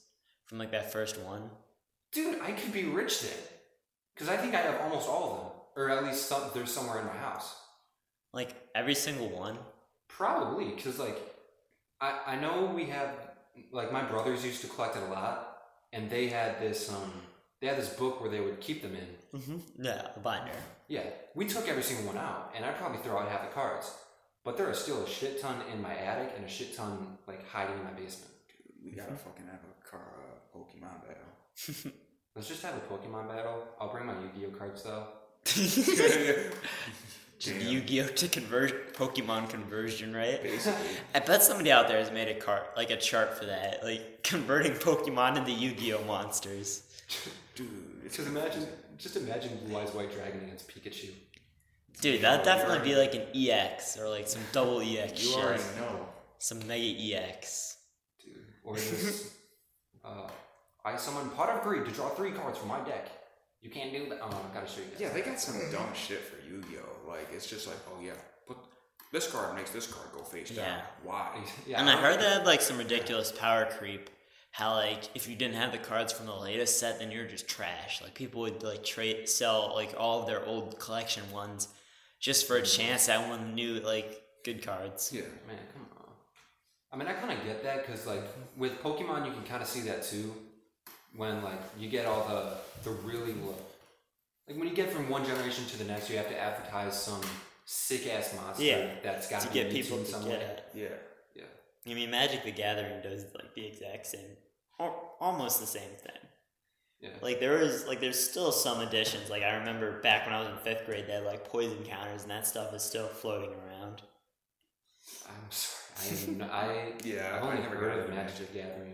S3: from like that first one.
S1: Dude, I could be rich then, because I think I have almost all of them, or at least some. There's somewhere in my house.
S3: Like every single one.
S1: Probably, because like I I know we have like my brothers used to collect it a lot, and they had this um they had this book where they would keep them in.
S3: Mm-hmm. Yeah, a binder. (laughs)
S1: Yeah, we took every single one out, and I probably throw out half the cards. But there are still a shit ton in my attic and a shit ton like hiding in my basement.
S2: We gotta
S3: Mm-hmm.
S2: fucking have a car uh, Pokemon
S3: (laughs)
S1: Let's just have a Pokemon battle. I'll bring my Yu-Gi-Oh cards though.
S3: Just
S2: battle. (laughs) Damn.
S3: Yu-Gi-Oh to convert Pokemon conversion, right?
S2: Basically.
S3: (laughs) I bet somebody out there has made a cart like a chart for that, like (laughs) converting Pokemon into Yu-Gi-Oh monsters.
S2: Dude, it's
S1: Because imagine, just imagine Blue Eyes White Dragon against Pikachu.
S3: Dude, that'd definitely be like an EX or like some double EX
S2: You
S3: shit.
S2: already know.
S3: Some mega E EX.
S1: Dude. Or
S2: (laughs)
S1: this. uh, I summon Pot of Greed to draw three cards from my deck. You can't do that. Oh, I gotta show you guys.
S2: Yeah, they got some dumb shit for Yu-Gi-Oh. Like it's just like, oh yeah, put this card makes this card go face down.
S3: Yeah.
S2: Why?
S1: (laughs) yeah.
S3: and I heard that had like some ridiculous power creep. How like if you didn't have the cards from the latest set, then you're just trash. Like people would like trade sell like all of their old collection ones just for a chance at one new like good cards.
S2: Yeah.
S1: Man, come on. I mean, I kind of get that because, like, with Pokemon, you can kind of see that too. When like you get all the the really low, like when you get from one generation to the next, you have to advertise some sick ass monster
S3: Yeah,
S1: that's got
S3: To get people
S1: in
S3: to
S1: some way.
S3: get it.
S2: Yeah.
S3: I mean Magic the Gathering does like the exact same al- almost the same thing.
S1: Yeah.
S3: Like there is like there's still some additions. Like I remember back when I was in fifth grade, they had like poison counters, and that stuff is still floating around.
S1: I'm sorry. I, am- I
S2: Yeah,
S1: I've
S2: I
S1: only
S2: never
S1: heard of
S2: it,
S1: Magic the Gathering.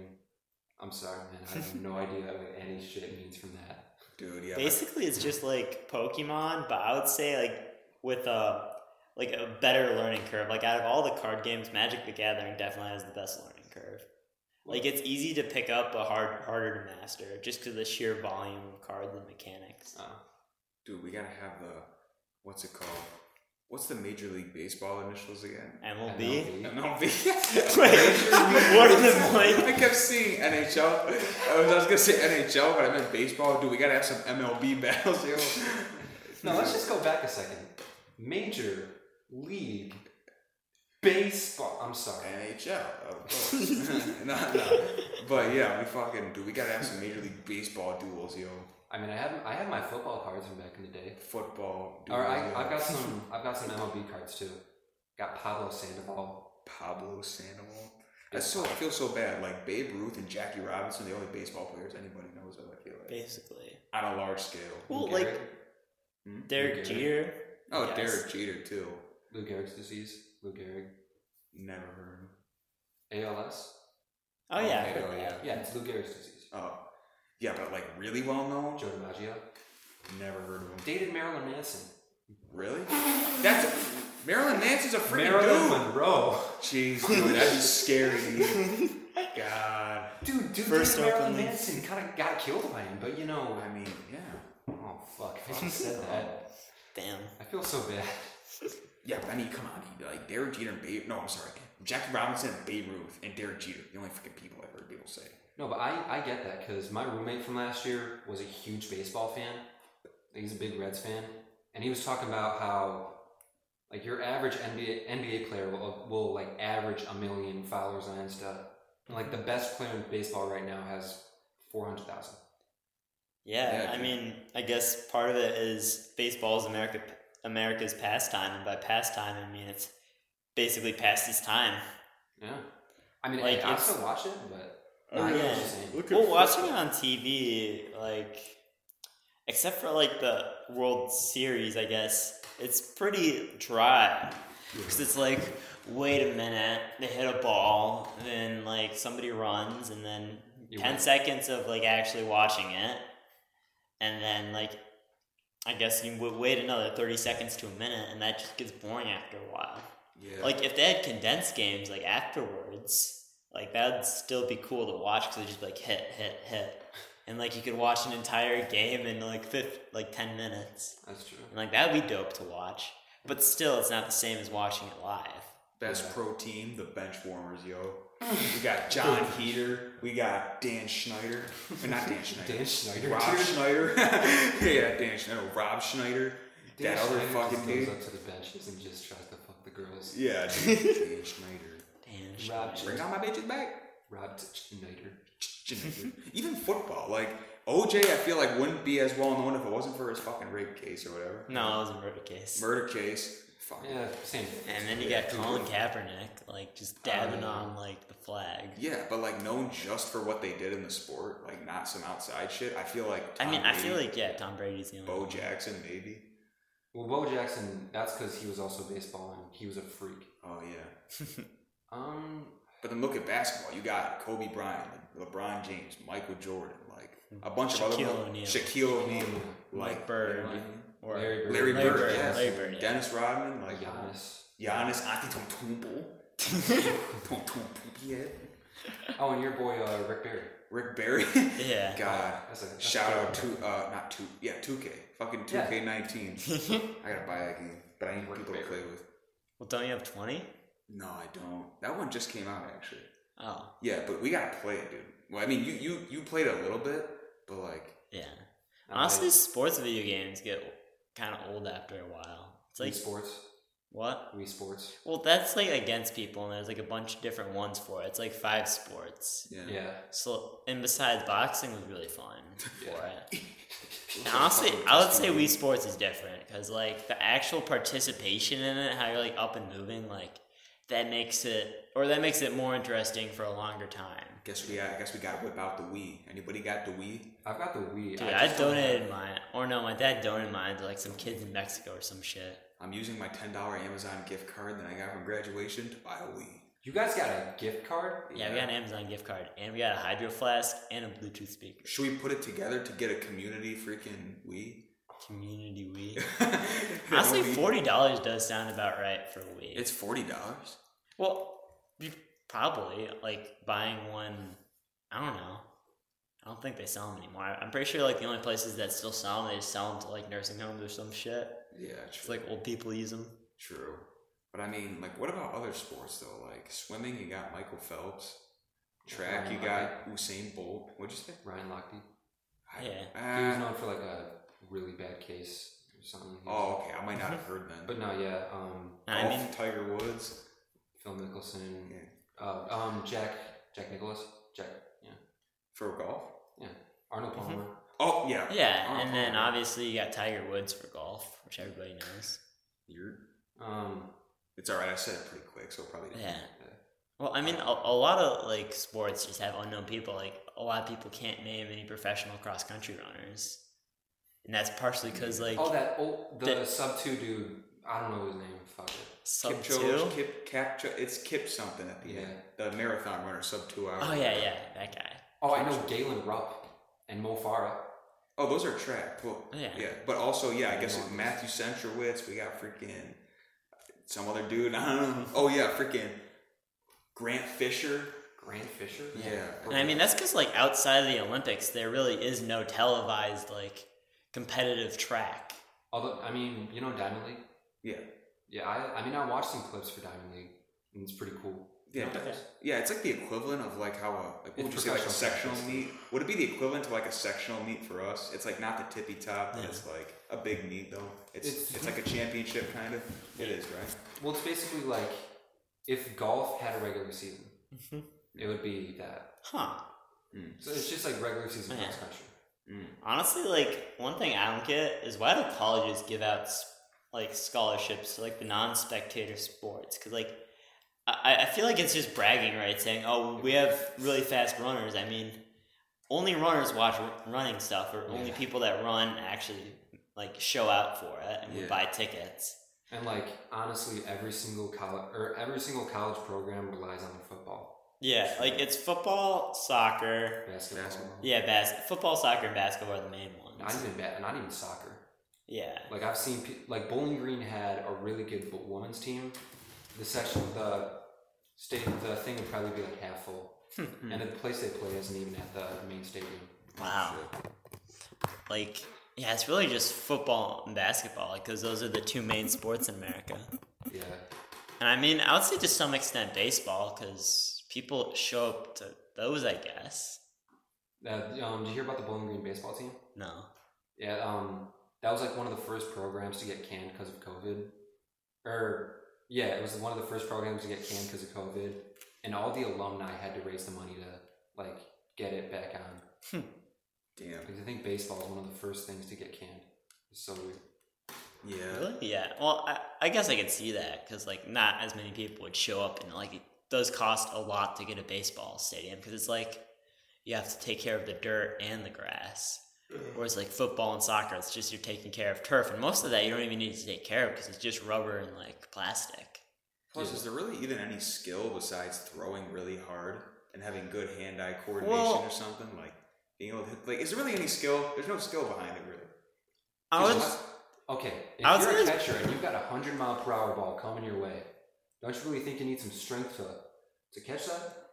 S1: I'm sorry, man. I have no idea what any shit means from that.
S2: dude. Yeah,
S3: Basically, it's just like Pokemon, but I would say like with a like a better learning curve. Like out of all the card games, Magic the Gathering definitely has the best learning curve. Like it's easy to pick up, but hard harder to master, just because the sheer volume of cards and mechanics.
S2: dude, we gotta have the what's it called? What's the Major League Baseball initials again?
S3: MLB.
S2: MLB. (laughs)
S3: Wait, what in the blank?
S2: I kept seeing NHL. I was, I was gonna say NHL, but I meant baseball. Dude, we gotta have some MLB (laughs) battles, yo.
S1: No, let's just go back a second. Major League Baseball. I'm sorry.
S2: NHL, of course. (laughs) no, no. But yeah, we fucking dude, we gotta have some Major League Baseball duels, yo.
S1: I mean, I have I have my football cards from back in the day.
S2: Football.
S1: Or I,
S2: duels, yo.
S1: I've got
S2: (laughs)
S1: some I've got some MLB cards too. Got Pablo Sandoval.
S2: Pablo Sandoval. I so I feel so bad. Like Babe Ruth and Jackie Robinson, the only baseball players anybody knows of. I feel like
S3: Basically,
S2: on a large scale.
S3: well,
S1: Lou
S3: like
S1: Gehrig.
S2: Hmm?
S3: Derek
S1: Yes.
S3: Jeter.
S2: Oh,
S3: yes.
S2: Derek Jeter too.
S1: Lou Gehrig's disease. Lou Gehrig.
S2: Never heard.
S1: ALS.
S3: Oh yeah,
S2: Okay,
S3: I heard
S2: oh,
S3: that.
S2: yeah.
S1: Yeah, it's Lou Gehrig's disease.
S2: Oh, yeah, but like really well known.
S1: Joe DiMaggio
S2: Never heard of him.
S1: dated Marilyn Manson.
S2: Really? That's Marilyn Manson's a freaking
S1: Marilyn
S2: dude.
S1: Monroe.
S3: (laughs)
S2: Jeez, dude, that'd be scary. God.
S1: Dude, dude,
S3: First
S1: First Marilyn
S3: openly.
S1: Manson kind of got killed by him, but you know,
S2: I mean, yeah.
S1: oh fuck, I just said that.
S3: Damn.
S1: I feel so bad. (laughs)
S2: Yeah, but I mean, come on. He'd be like Derek Jeter and Babe. No, I'm sorry. Jackie Robinson and Babe Ruth and Derek Jeter. The only freaking people I've heard people say.
S1: No, but I, I get that because my roommate from last year was a huge baseball fan. Like, He's a big Reds fan, and he was talking about how like your average NBA NBA player will will like average a million followers on Insta. And, like the best player in baseball right now has four hundred thousand.
S3: Yeah,
S2: Yeah,
S3: I
S2: dude.
S3: mean, I guess part of it is baseball is America, America's pastime, and by pastime, I mean it's basically past its time.
S1: Yeah, I mean,
S3: Like,
S1: like, I
S3: it's-
S1: still watch it, but
S3: Oh,
S1: I get what
S3: yeah.
S1: you're saying.
S3: Well, watching it on TV, like, except for like the World Series, I guess it's pretty dry because it's like, wait a minute, they hit a ball, and then like somebody runs, and then
S1: You
S3: ten
S1: win.
S3: seconds of like actually watching it, and then like. I guess you would wait another 30 seconds to a minute, and that just gets boring after a while.
S2: Yeah.
S3: Like if they had condensed games like afterwards, like that'd still be cool to watch because they just like hit, hit, hit, and like you could watch an entire game in like fifth, like ten minutes,
S1: that's true. (laughs)
S3: and like that'd be dope to watch. But still, it's not the same as watching it live.
S2: Best
S1: Yeah.
S2: pro team, the bench warmers, yo. We got John Heater. We got Dan Schneider. Or not
S3: (laughs)
S2: Dan Schneider.
S1: Dan Schneider.
S2: Rob
S1: dude.
S2: Schneider. (laughs) yeah, Dan Schneider. Rob Schneider.
S1: Dan
S2: that other
S1: Schneider
S2: fucking
S1: just goes
S2: dude.
S1: up to the benches and just tries to fuck the girls.
S2: Yeah, dude,
S3: (laughs)
S2: Dan Schneider.
S3: Damn.
S1: Rob
S3: Schneider.
S2: Bring on my bitches back.
S1: Rob Schneider.
S2: Schneider. Even football, like OJ, I feel like wouldn't be as well known if it wasn't for his fucking rape case or whatever.
S3: No, it was a murder case.
S2: Murder case. Fuck.
S1: Yeah, same.
S3: and then you got Colin Kaepernick, like just dabbing on like the flag.
S2: Yeah, but like known just for what they did in the sport, like not some outside shit. I feel like.
S3: I
S2: Tom
S3: mean, I feel
S2: Brady,
S3: like yeah, Tom Brady's the only.
S2: Bo
S3: one.
S2: Jackson, maybe.
S1: Well, Bo Jackson, that's because he was also baseball and he was a freak.
S2: Oh yeah.
S1: Um,
S2: But then look at basketball. You got Kobe Bryant, LeBron James, Michael Jordan, like a bunch of other
S3: Shaquille
S2: ones.
S3: O'Neal.
S2: Shaquille O'Neal,
S3: Mike
S2: like
S3: Bird.
S2: you know what I mean?
S3: Or
S1: Larry Bird.
S2: Larry,
S3: Larry
S2: Bird,
S3: Bird,
S2: yes.
S3: Larry Bird, yeah.
S2: Dennis Rodman,
S1: like
S2: like
S1: Giannis.
S2: Giannis Antetokounmpo, Antetokounmpo, yeah.
S1: Oh, and your boy uh, Rick Barry.
S2: Rick Barry.
S3: yeah.
S2: God,
S1: That's a that's
S2: shout
S1: a-
S2: out to uh, not two, yeah, two K, fucking two K nineteen. I gotta buy that game, but I need
S1: Rick
S2: people to
S1: Barry.
S2: play with.
S3: (laughs) well, don't you have twenty?
S2: No, I don't. That one just came out actually.
S3: Oh,
S2: Yeah, but we gotta play it, dude. Well, I mean, you you you played a little bit, but like.
S3: yeah.
S1: I'm
S3: Honestly,
S1: like,
S3: sports video games get kind of old after a while. It's
S1: Wii
S3: like
S1: Sports.
S3: what?
S1: Wii Sports.
S3: Well, that's like against people, and there's like a bunch of different ones for it. It's like five sports.
S1: Yeah.
S3: So, and besides, boxing was really fun
S1: (laughs)
S3: for it.
S2: It
S3: And
S2: was a
S3: honestly,
S2: fucking
S3: I would
S2: custom
S3: say
S2: game.
S3: Wii Sports is different because like the actual participation in it, how you're like up and moving, like that makes it or that makes it more interesting for a longer time.
S2: Guess we I guess we gotta whip out the Wii. Anybody got the Wii?
S1: I've got the Wii.
S3: Dude, I,
S1: just don't have-
S3: donated mine, or no, my dad donated mine to like some kids in Mexico or some shit.
S2: I'm using my ten dollar Amazon gift card that I got from graduation to buy a Wii.
S1: You guys got a gift card?
S3: Yeah, we got an Amazon gift card, and we got a hydro flask and a Bluetooth speaker.
S2: Should we put it together to get a community freaking Wii? (laughs)
S3: Community Wii.
S2: That
S3: Honestly,
S2: would be-
S3: forty dollars does sound about right for a Wii.
S2: It's forty dollars.
S3: well, you probably like buying one. I don't know. I don't think they sell them anymore. I- I'm pretty sure like the only places that still sell them, they just sell them to like nursing homes or some shit.
S2: Yeah,
S3: It's
S2: true.
S3: like old people use them.
S2: true. But I mean, like, what about other sports though? Like swimming, you got Michael Phelps. Track,
S3: Oh,
S2: you got Usain Bolt. What'd you say?
S1: Ryan Lochte.
S2: I-
S3: Yeah.
S1: He was
S2: Uh,
S1: known for like a really bad case or something. He was-
S2: oh, okay. I might not have heard then.
S1: But no, yeah. Um,
S3: I
S2: Golf,
S3: mean,
S2: Tiger Woods.
S1: Phil Mickelson.
S2: Yeah.
S1: Uh, um, Jack. Jack Nicholas. Jack. Yeah.
S2: For golf?
S1: Arnold
S3: Mhm.
S1: Palmer.
S2: Oh, yeah.
S3: yeah,
S2: Oh,
S3: and then
S2: okay.
S3: obviously you got Tiger Woods for golf, which everybody knows.
S2: You're,
S1: Um,
S2: it's all right. I said it pretty quick, so it probably didn't.
S3: Yeah. Well, I mean, a, a lot of like sports just have unknown people. Like a lot of people can't name any professional cross country runners, and that's partially because like
S1: oh, that old the
S3: that-
S1: sub two dude. I don't know his name. Fuck it.
S3: sub
S2: Kip
S3: two.
S2: George, Kip Capcha, it's Kip something at the end. The marathon runner, sub two hours.
S3: Oh yeah, yeah, that guy.
S1: Oh, I know Galen Rupp and Mo Farah.
S2: Oh, those are track. Well,
S3: Oh, yeah.
S2: yeah. But also, yeah, I guess
S1: Yeah.
S2: Matthew Centrowitz. We got freaking some other dude. (laughs) I don't know. Oh yeah, freaking Grant Fisher.
S1: Grant Fisher.
S2: Yeah.
S3: And I mean, that's because like outside of the Olympics, there really is no televised like competitive track.
S1: Although I mean, you know Diamond League.
S2: Yeah.
S1: Yeah. I I mean, I watched some clips for Diamond League, and it's pretty cool.
S2: Yeah, it does. Yeah, it's like the equivalent of like how a like
S1: It's
S2: what would you say like a
S1: professional
S2: sectional
S1: practice.
S2: meet? Would it be the equivalent to like a sectional meet for us? It's like not the tippy top, but
S3: Yeah.
S2: it's like a big meet though. It's it's,
S1: It's-
S2: like a championship kind of. It is right.
S1: Well, it's basically like if golf had a regular season,
S3: Mhm.
S1: it would be that.
S3: Huh.
S2: Hmm.
S1: So it's just like regular season
S3: Oh, Yeah.
S1: cross country.
S3: Honestly, like one thing I don't get is why do colleges give out s- like scholarships to like the non-spectator sports? Because like I, I feel like it's just bragging, right? Saying, "Oh, we have really fast runners." I mean, only runners watch r- running stuff, or only
S1: Yeah.
S3: people that run actually like show out for it and
S2: Yeah.
S3: would buy tickets.
S1: And like honestly, every single college or every single college program relies on football,
S3: Yeah, like it's football, soccer.
S1: basketball,
S2: Basketball.
S3: Yeah, bas- football, soccer, and basketball are the main
S1: not
S3: ones.
S1: even ba- not even soccer.
S3: Yeah,
S1: Like I've seen, pe- like Bowling Green had a really good bo- women's team. The section, the state, the thing would probably be like half full, and the place they play isn't even at the main stadium.
S3: Wow. like yeah, it's really just football and basketball because those are the two main sports in America.
S1: Yeah,
S3: And I mean, I would say to some extent baseball because people show up to those, I guess.
S1: uh, um, did you hear about the Bowling Green baseball team?
S3: No,
S1: Yeah, um, that was like one of the first programs to get canned because of COVID. Or yeah, it was one of the first programs to get canned because of COVID, and all the alumni had to raise the money to like get it back on.
S2: Damn.
S1: Because I think baseball is one of the first things to get canned. It's so weird.
S2: Yeah.
S3: really? Yeah. Well, I, I guess I could see that because like not as many people would show up, and like those cost a lot to get a baseball stadium because it's like you have to take care of the dirt and the grass. Whereas like football and soccer, it's just you're taking care of turf, and most of that you don't even need to take care of because it's just rubber and like plastic.
S2: Plus, is there really even any skill besides throwing really hard and having good hand-eye coordination
S3: Well-
S2: or something like being able to hit, like? Is there really any skill? There's no skill behind it, really.
S3: I
S1: Because
S3: would
S1: what- okay, if
S3: I would
S1: you're a
S3: say this-
S1: catcher and you've got a hundred mile per hour ball coming your way, don't you really think you need some strength to to catch that?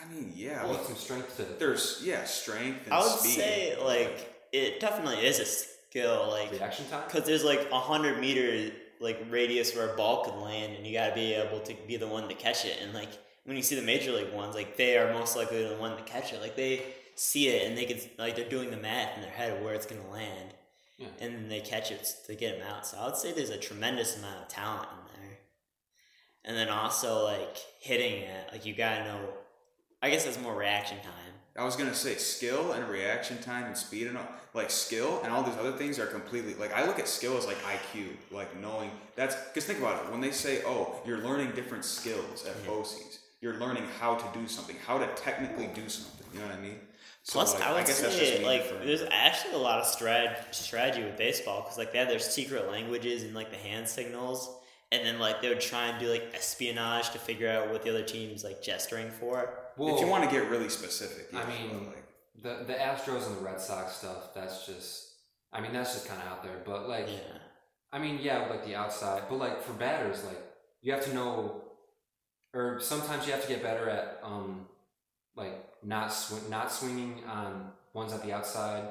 S2: I mean, yeah.
S1: You need
S2: but
S1: some strength to
S2: there's yeah, strength and
S3: I would
S2: speed.
S3: say
S2: but,
S3: like it definitely is a skill, like
S1: reaction time.
S3: because there's like a hundred meter like radius where a ball could land, and you gotta be able to be the one to catch it. And like when you see the major league ones, like they are most likely the one to catch it. Like they see it and they can like they're doing the math in their head of where it's gonna land,
S1: Yeah.
S3: and then they catch it to get them out. So I would say there's a tremendous amount of talent in there. And then also like hitting it, like you gotta know. I guess that's more reaction time
S2: I was gonna say skill and reaction time and speed and all, like skill and all these other things are completely like I look at skill as like IQ, like knowing that's because think about it when they say oh you're learning different skills at
S3: Yeah.
S2: BOCES, you're learning how to do something, how to technically do something. You know what I mean? So,
S3: Plus,
S2: like,
S3: I would say
S2: me
S3: like
S2: referring-
S3: there's actually a lot of strat- strategy with baseball because like they have their secret languages and like the hand signals, and then like they would try and do like espionage to figure out what the other team's like gesturing for.
S2: if you want to get really specific,
S1: I
S2: yeah,
S1: mean,
S2: but, like,
S1: the the Astros and the Red Sox stuff, that's just. I mean, that's just kind of out there. But like,
S3: Yeah,
S1: I mean, yeah, like the outside, but like for batters, like you have to know, or sometimes you have to get better at, um, like not sw- not swinging on ones at the outside.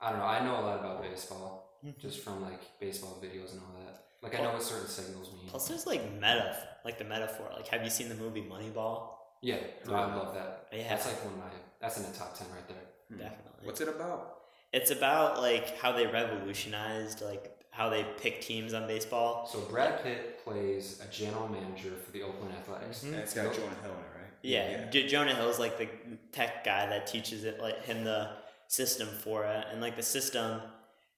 S1: I don't know. I know a lot about baseball
S3: Hmm.
S1: just from like baseball videos and all that. Like I know what certain signals mean.
S3: Plus, there's like meta, like the metaphor. Like, have you seen the movie Moneyball?
S1: Yeah, no, I love that.
S3: Yeah,
S1: That's like one of my. That's in the top ten right there.
S3: definitely.
S2: what's it about?
S3: It's about like how they revolutionized like how they pick teams on baseball.
S1: So Brad Pitt plays a general manager for the Oakland Athletics.
S3: Mhm.
S2: And it's got Jonah Hill in it, right?
S3: Yeah, J- Jonah Hill's like the tech guy that teaches it, like him the system for it, and like the system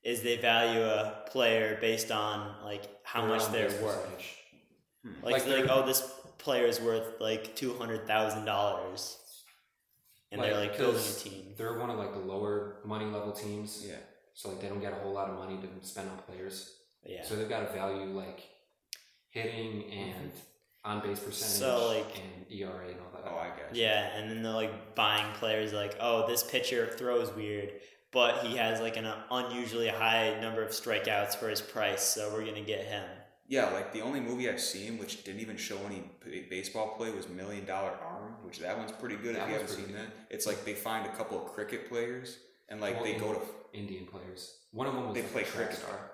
S3: is they value a player based on like how
S1: Their
S3: much
S1: on
S3: they're
S1: base
S3: worth.
S1: percentage.
S3: Like,
S1: Like,
S3: so they're like
S1: they're-
S3: oh, this player is worth like two hundred thousand dollars, and they're
S1: Like,
S3: like building a
S1: 'cause
S3: team.
S1: They're one of like the lower money level teams.
S2: Yeah.
S1: So like they don't get a whole lot of money to spend on players.
S3: Yeah.
S1: So they've got to value like hitting and on base percentage
S3: Mm-hmm. So, like-
S1: and ERA and all that.
S2: Oh, I got you.
S3: Yeah, and then they're like buying players like, oh, this pitcher throws weird, but he has like an unusually high number of strikeouts for his price, so we're gonna get him.
S2: Yeah, like the only movie I've seen which didn't even show any b- baseball play was Million Dollar Arm, which that one's pretty good
S1: That
S2: if you haven't
S1: one's
S2: seen
S1: pretty
S2: that. It's like they find a couple of cricket players and like
S1: Well,
S2: they
S1: in-
S2: go to.
S1: Indian players. One of them was
S2: They
S1: like,
S2: play
S1: a track
S2: cricket.
S1: star.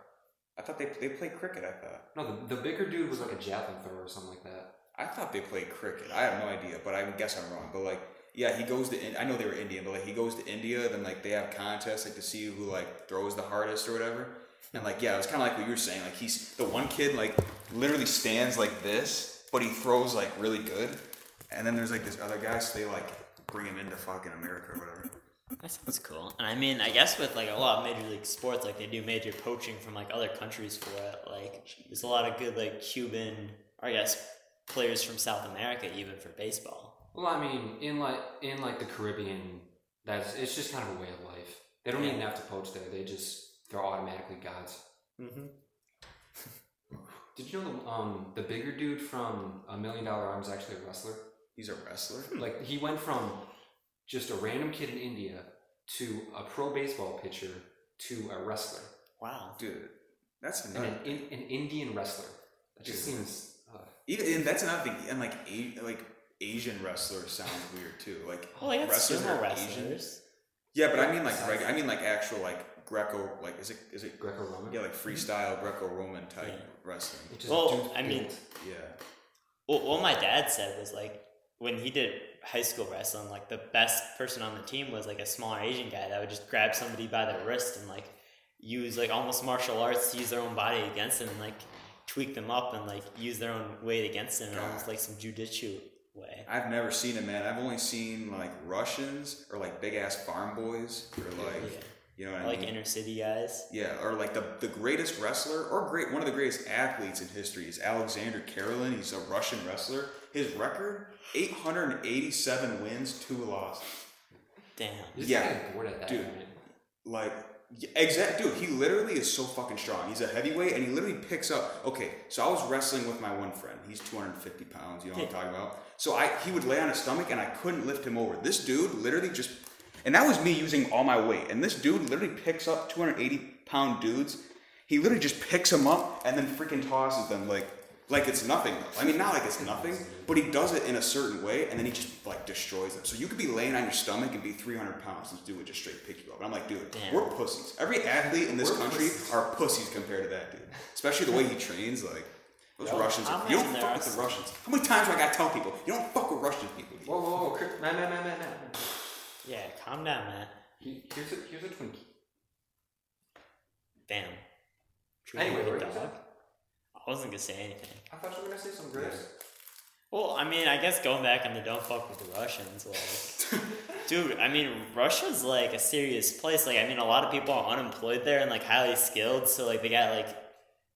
S2: I thought they they played cricket. I thought
S1: No, the, the bigger dude was like a javelin thrower or something like that.
S2: I thought they played cricket. I have no idea, but I guess I'm wrong. But like, yeah, he goes to. In- I know they were Indian, but like he goes to India. Then like they have contests like to see who like throws the hardest or whatever. And like yeah, it was kind of like what you were saying. Like he's the one kid like literally stands like this, but he throws like really good. And then there's like this other guy, so they like bring him into fucking America or whatever.
S3: That sounds cool. And I mean, I guess with like a lot of major league sports, like they do major poaching from like other countries for it. Like there's a lot of good like Cuban, or I guess players from South America even for baseball.
S1: Well, I mean, in like in like the Caribbean, that's it's just kind of a way of life. They don't even have to poach there. They just they're automatically gods.
S3: Mm-hmm.
S1: Did you know the, um, the bigger dude from A Million Dollar Arm is actually a wrestler?
S2: He's a wrestler.
S1: Like he went from just a random kid in India to a pro baseball pitcher to a wrestler,
S3: Wow.
S2: Dude, that's
S1: and
S2: another.
S1: an, in, an Indian wrestler. That just
S2: Dude.
S1: seems. Uh,
S2: Even e, and that's another thing. And like a- like Asian wrestlers sound weird too. Like
S3: Oh, like that's
S2: Wrestlers
S3: sumo
S2: are Asian?
S3: wrestlers.
S2: Yeah, but I mean like reg- I mean like actual like Greco like is it is it
S1: Greco-Roman.
S2: yeah like freestyle Greco Roman type
S3: Yeah.
S2: wrestling.
S1: It's just
S3: Well,
S1: dudes
S3: I mean-
S1: built.
S2: Yeah.
S3: Well, what my dad said was like when he did high school wrestling, like the best person on the team was like a smaller Asian guy that would just grab somebody by the wrist and like use like almost martial arts to use their own body against them and like tweak them up and like use their own weight against them in almost like some jujitsu way.
S2: I've never seen it, man. I've only seen like Russians or like big ass farm boys or like you know what
S3: Yeah.
S2: I
S3: Like
S2: mean.
S3: inner city guys.
S2: yeah, or like the, the greatest wrestler or great one of the greatest athletes in history is Alexander Karelin. He's a Russian wrestler. His record: eight hundred and eighty-seven wins, two losses.
S3: Damn.
S1: You're just
S2: Yeah.
S1: kind of bored at that
S2: Dude.
S1: point.
S2: like exact dude he literally is so fucking strong he's a heavyweight and he literally picks up okay so i was wrestling with my one friend he's 250 pounds you know what i'm talking about so i he would lay on his stomach and i couldn't lift him over this dude literally just and that was me using all my weight and this dude literally picks up 280 pound dudes he literally just picks them up and then freaking tosses them like like it's nothing though. i mean not like it's nothing but he does it in a certain way and then he just like destroys them so you could be laying on your stomach and be 300 pounds this dude would just straight pick you up and i'm like dude
S3: Damn.
S2: we're pussies every athlete in this
S1: We're
S2: country
S1: pussies.
S2: are pussies compared to that dude especially the way he trains like those
S3: Yo,
S2: Russians,
S3: I'm
S2: you don't
S3: in there,
S2: fuck with the Russians. How many times do I gotta tell people you don't fuck with Russian people? dude?
S1: Whoa, whoa, whoa, Chris- man, man, man, man, man.
S3: Yeah, calm down, man.
S1: He- Here's a here's a Twinkie.
S3: Damn. Treat him
S1: Anyway,
S3: like
S1: where
S3: a
S1: is
S3: dog.
S1: it?
S3: I wasn't gonna say anything.
S1: I thought you were gonna say some Chris.
S3: Well, I mean, I guess going back on the don't fuck with the Russians, like Dude, I mean, Russia's like a serious place. Like, I mean, a lot of people are unemployed there and like highly skilled, so like they got like,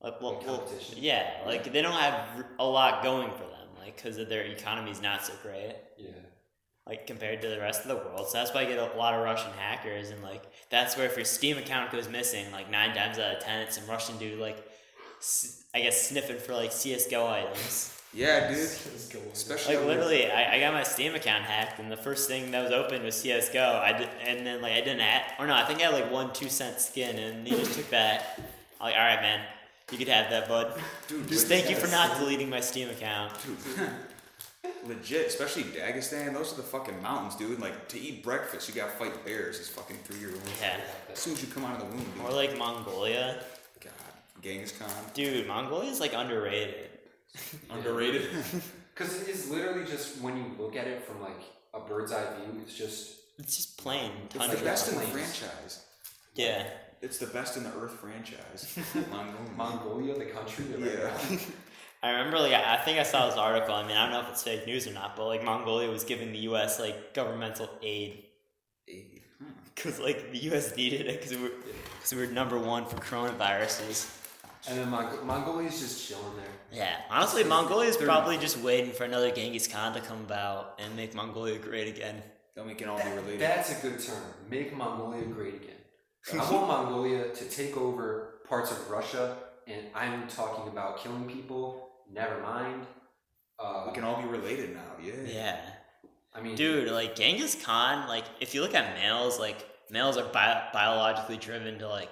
S3: like well,
S1: Like
S3: well,
S1: competition.
S3: yeah, like they don't have r- a lot going for them, like because their economy's not so great,
S1: Yeah.
S3: like compared to the rest of the world. So that's why you get a lot of Russian hackers, and like that's where if your Steam account goes missing, like nine times out of ten, it's some Russian dude like, s- I guess sniffing for like CS:GO items.
S2: (laughs) Yeah,
S3: (laughs)
S2: dude.
S1: Let's go.
S2: Especially
S3: Like
S2: over-
S3: literally, I, I got my Steam account hacked, and the first thing that was open was CS:GO. I did, and then like I didn't add, or no, I think I had like one two cent skin, and you just took that. I'm like, all right, man, you could have that,
S2: (laughs)
S3: bud.
S2: dude.
S3: Just
S2: legit-
S3: thank you for not deleting my Steam account.
S2: Dude. (laughs) legit, especially Dagestan. Those are the fucking mountains, dude. Like to eat breakfast, you gotta fight bears. These fucking three-year-olds.
S3: Yeah,
S2: As soon as you come out of the womb, dude.
S3: or like Mongolia,
S2: God, Genghis
S3: (laughs)
S2: Khan.
S3: dude. Mongolia's like underrated.
S1: Underrated. Because it is literally just when you look at it from like a bird's eye view, it's just
S3: (laughs) It's just plain
S2: it's
S3: tundra.
S2: the best in the
S1: Plains.
S2: franchise.
S3: Yeah,
S2: It's the best in the Earth
S3: (laughs)
S2: franchise. Mongolia.
S1: Mongolia, the country. that right
S2: Yeah. (laughs)
S1: now-
S3: I remember. Like I I think I saw this article. I mean, I don't know if it's fake news or not, but like Mongolia was giving the U.S. like governmental aid
S2: Hmm.
S3: Because like the U.S. needed it because we're because we're number one for coronaviruses.
S1: And then Mong- Mongolia's just chilling there.
S3: Yeah, honestly, Mongolia's probably just waiting for another Genghis Khan to come about and make Mongolia great again.
S2: Then we can all be related.
S1: That's a good term. Make Mongolia great again.
S2: (laughs)
S1: I want Mongolia to take over parts of Russia, and I'm talking about killing people. Never mind. Uh,
S2: we can all be related now. Yeah.
S3: Yeah,
S1: I mean,
S3: dude, like Genghis Khan, like if you look at males, like males are bi- biologically driven to like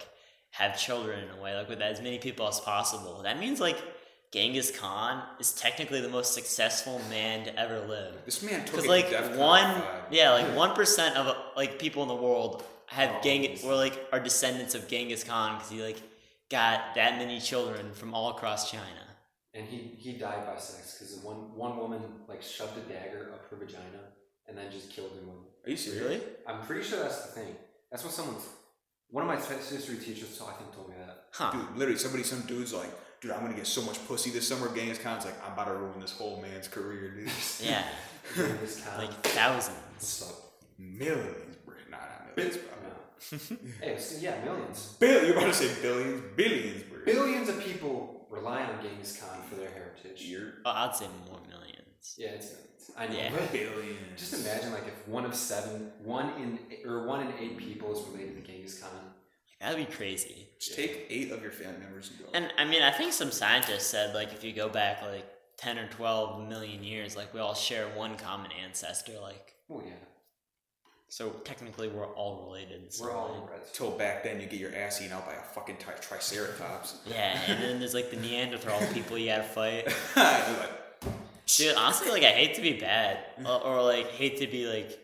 S3: have children in a way, like with as many people as possible. That means like Genghis Khan is technically the most successful man to ever live.
S2: This man took
S3: Because
S2: it
S3: like
S2: to DEF CON
S3: one,
S2: five.
S3: yeah, like one percent of like people in the world have
S1: Oh,
S3: Gang
S1: geez.
S3: or like are descendants of Genghis Khan because he like got that many children from all across China.
S1: and he, he died by sex because one one woman like shoved a dagger up her vagina and then just killed him with it.
S2: Are you serious?
S1: I'm pretty sure that's the thing. That's what someone's. One of my sex history teachers, I think, told me that.
S3: Huh?
S2: Dude, literally, somebody, some dude's like, dude, I'm gonna get so much pussy this summer. Genghis Khan's like, I'm about to ruin this whole man's career, dude.
S1: (laughs)
S3: Yeah,
S1: During this time.
S3: like thousands.
S1: so,
S2: millions, bro. Nah, not millions, probably.
S3: (laughs)
S1: no. hey, so, yeah, millions.
S2: Bill, you're about to say billions, billions, bro.
S1: Billions of people rely on Genghis Khan for their heritage.
S2: You're
S3: Well, I'd say more millions.
S1: Yeah, it's. I know.
S3: Yeah.
S1: but
S2: billions.
S1: (laughs) Just imagine, like, if one of seven, one in, or one in eight people is related to Genghis Khan.
S3: That'd be crazy.
S2: Just take eight of your family members and go.
S3: And I mean, I think some scientists said like if you go back like ten or twelve million years, like we all share one common ancestor. Like
S1: Oh yeah,
S3: so, technically, we're all related. in some
S1: we're
S3: way.
S1: all reds.
S2: Till back then, you get your ass eaten out by a fucking tri- triceratops. (laughs)
S3: Yeah, and then there's like the Neanderthal people you gotta fight.
S2: You're like,
S3: Dude, honestly, like I hate to be bad, or, or like hate to be like,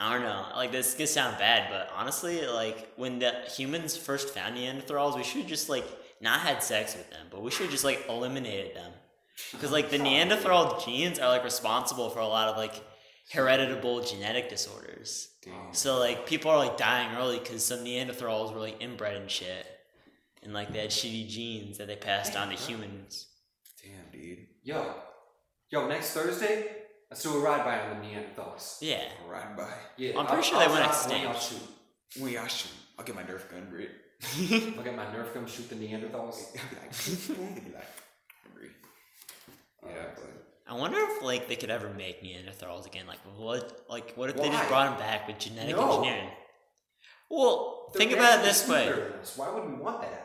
S3: I don't know. Like this could sound bad, but honestly, like when the humans first found Neanderthals, we should just like not had sex with them, but we should just like eliminated them, because like the Neanderthal genes are like responsible for a lot of like heritable genetic disorders.
S2: damn.
S3: So like people are like dying early because some Neanderthals were like inbred and shit, and like they had shitty genes that they passed on to humans.
S2: Damn, dude.
S1: Yo, yo, next Thursday, let's do a ride by on the Neanderthals.
S3: Yeah. (laughs)
S2: Riding by.
S1: Yeah,
S3: I'm pretty sure they went
S1: drop one, I'll
S3: extinct.
S1: shoot.
S2: We are shooting. I'll get my Nerf gun, bro.
S1: Look at my Nerf gun, shoot the Neanderthals.
S2: (laughs) I'll be like, (laughs) boom, be like, bro. Yeah, but
S3: I wonder if like they could ever make Neanderthals again. Like what? Like what if they just
S1: Why?
S3: brought them back with genetic
S1: No.
S3: engineering? Well,
S1: They're
S3: think about
S1: actually
S3: it this way.
S1: superior to us. Why would we want that?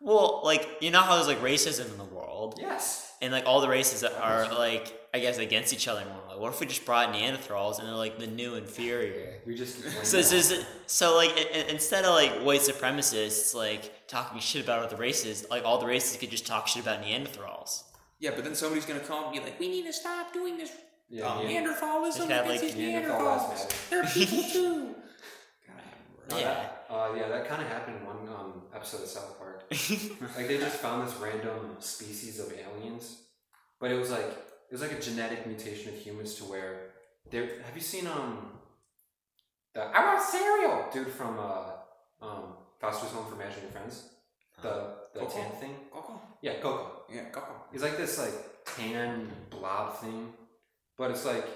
S3: Well, like you know how there's like racism in the world,
S1: Yes.
S3: and like all the races are like I guess against each other more. Like what if we just brought Neanderthals and they're like the new inferior?
S1: We just keep playing
S3: So, so,
S1: that.
S3: so, so like i- i- instead of like white supremacists like talking shit about other races, like all the races could just talk shit about Neanderthals. (laughs)
S2: yeah, but then somebody's gonna call and be like,
S4: We need to stop doing this
S1: yeah,
S3: oh,
S2: um,
S1: Neander-
S4: Neanderthalism
S3: Just have,
S4: against
S3: like,
S4: these
S1: Neanderthal
S4: Neanderthals.
S1: lives matter.
S4: They're people too.
S2: God,
S1: No,
S3: Yeah.
S1: that- uh, yeah, that kind of happened in one um, episode of South Park. like they just found this random species of aliens, but it was like it was like a genetic mutation of humans to where there. Have you seen um? The, I want cereal, dude from uh, um, Foster's Home for Imaginary Friends. The the
S2: Coco?
S1: tan thing.
S2: go, go.
S1: Yeah, Coco.
S2: Yeah, go.
S1: He's like this like tan blob thing, but it's like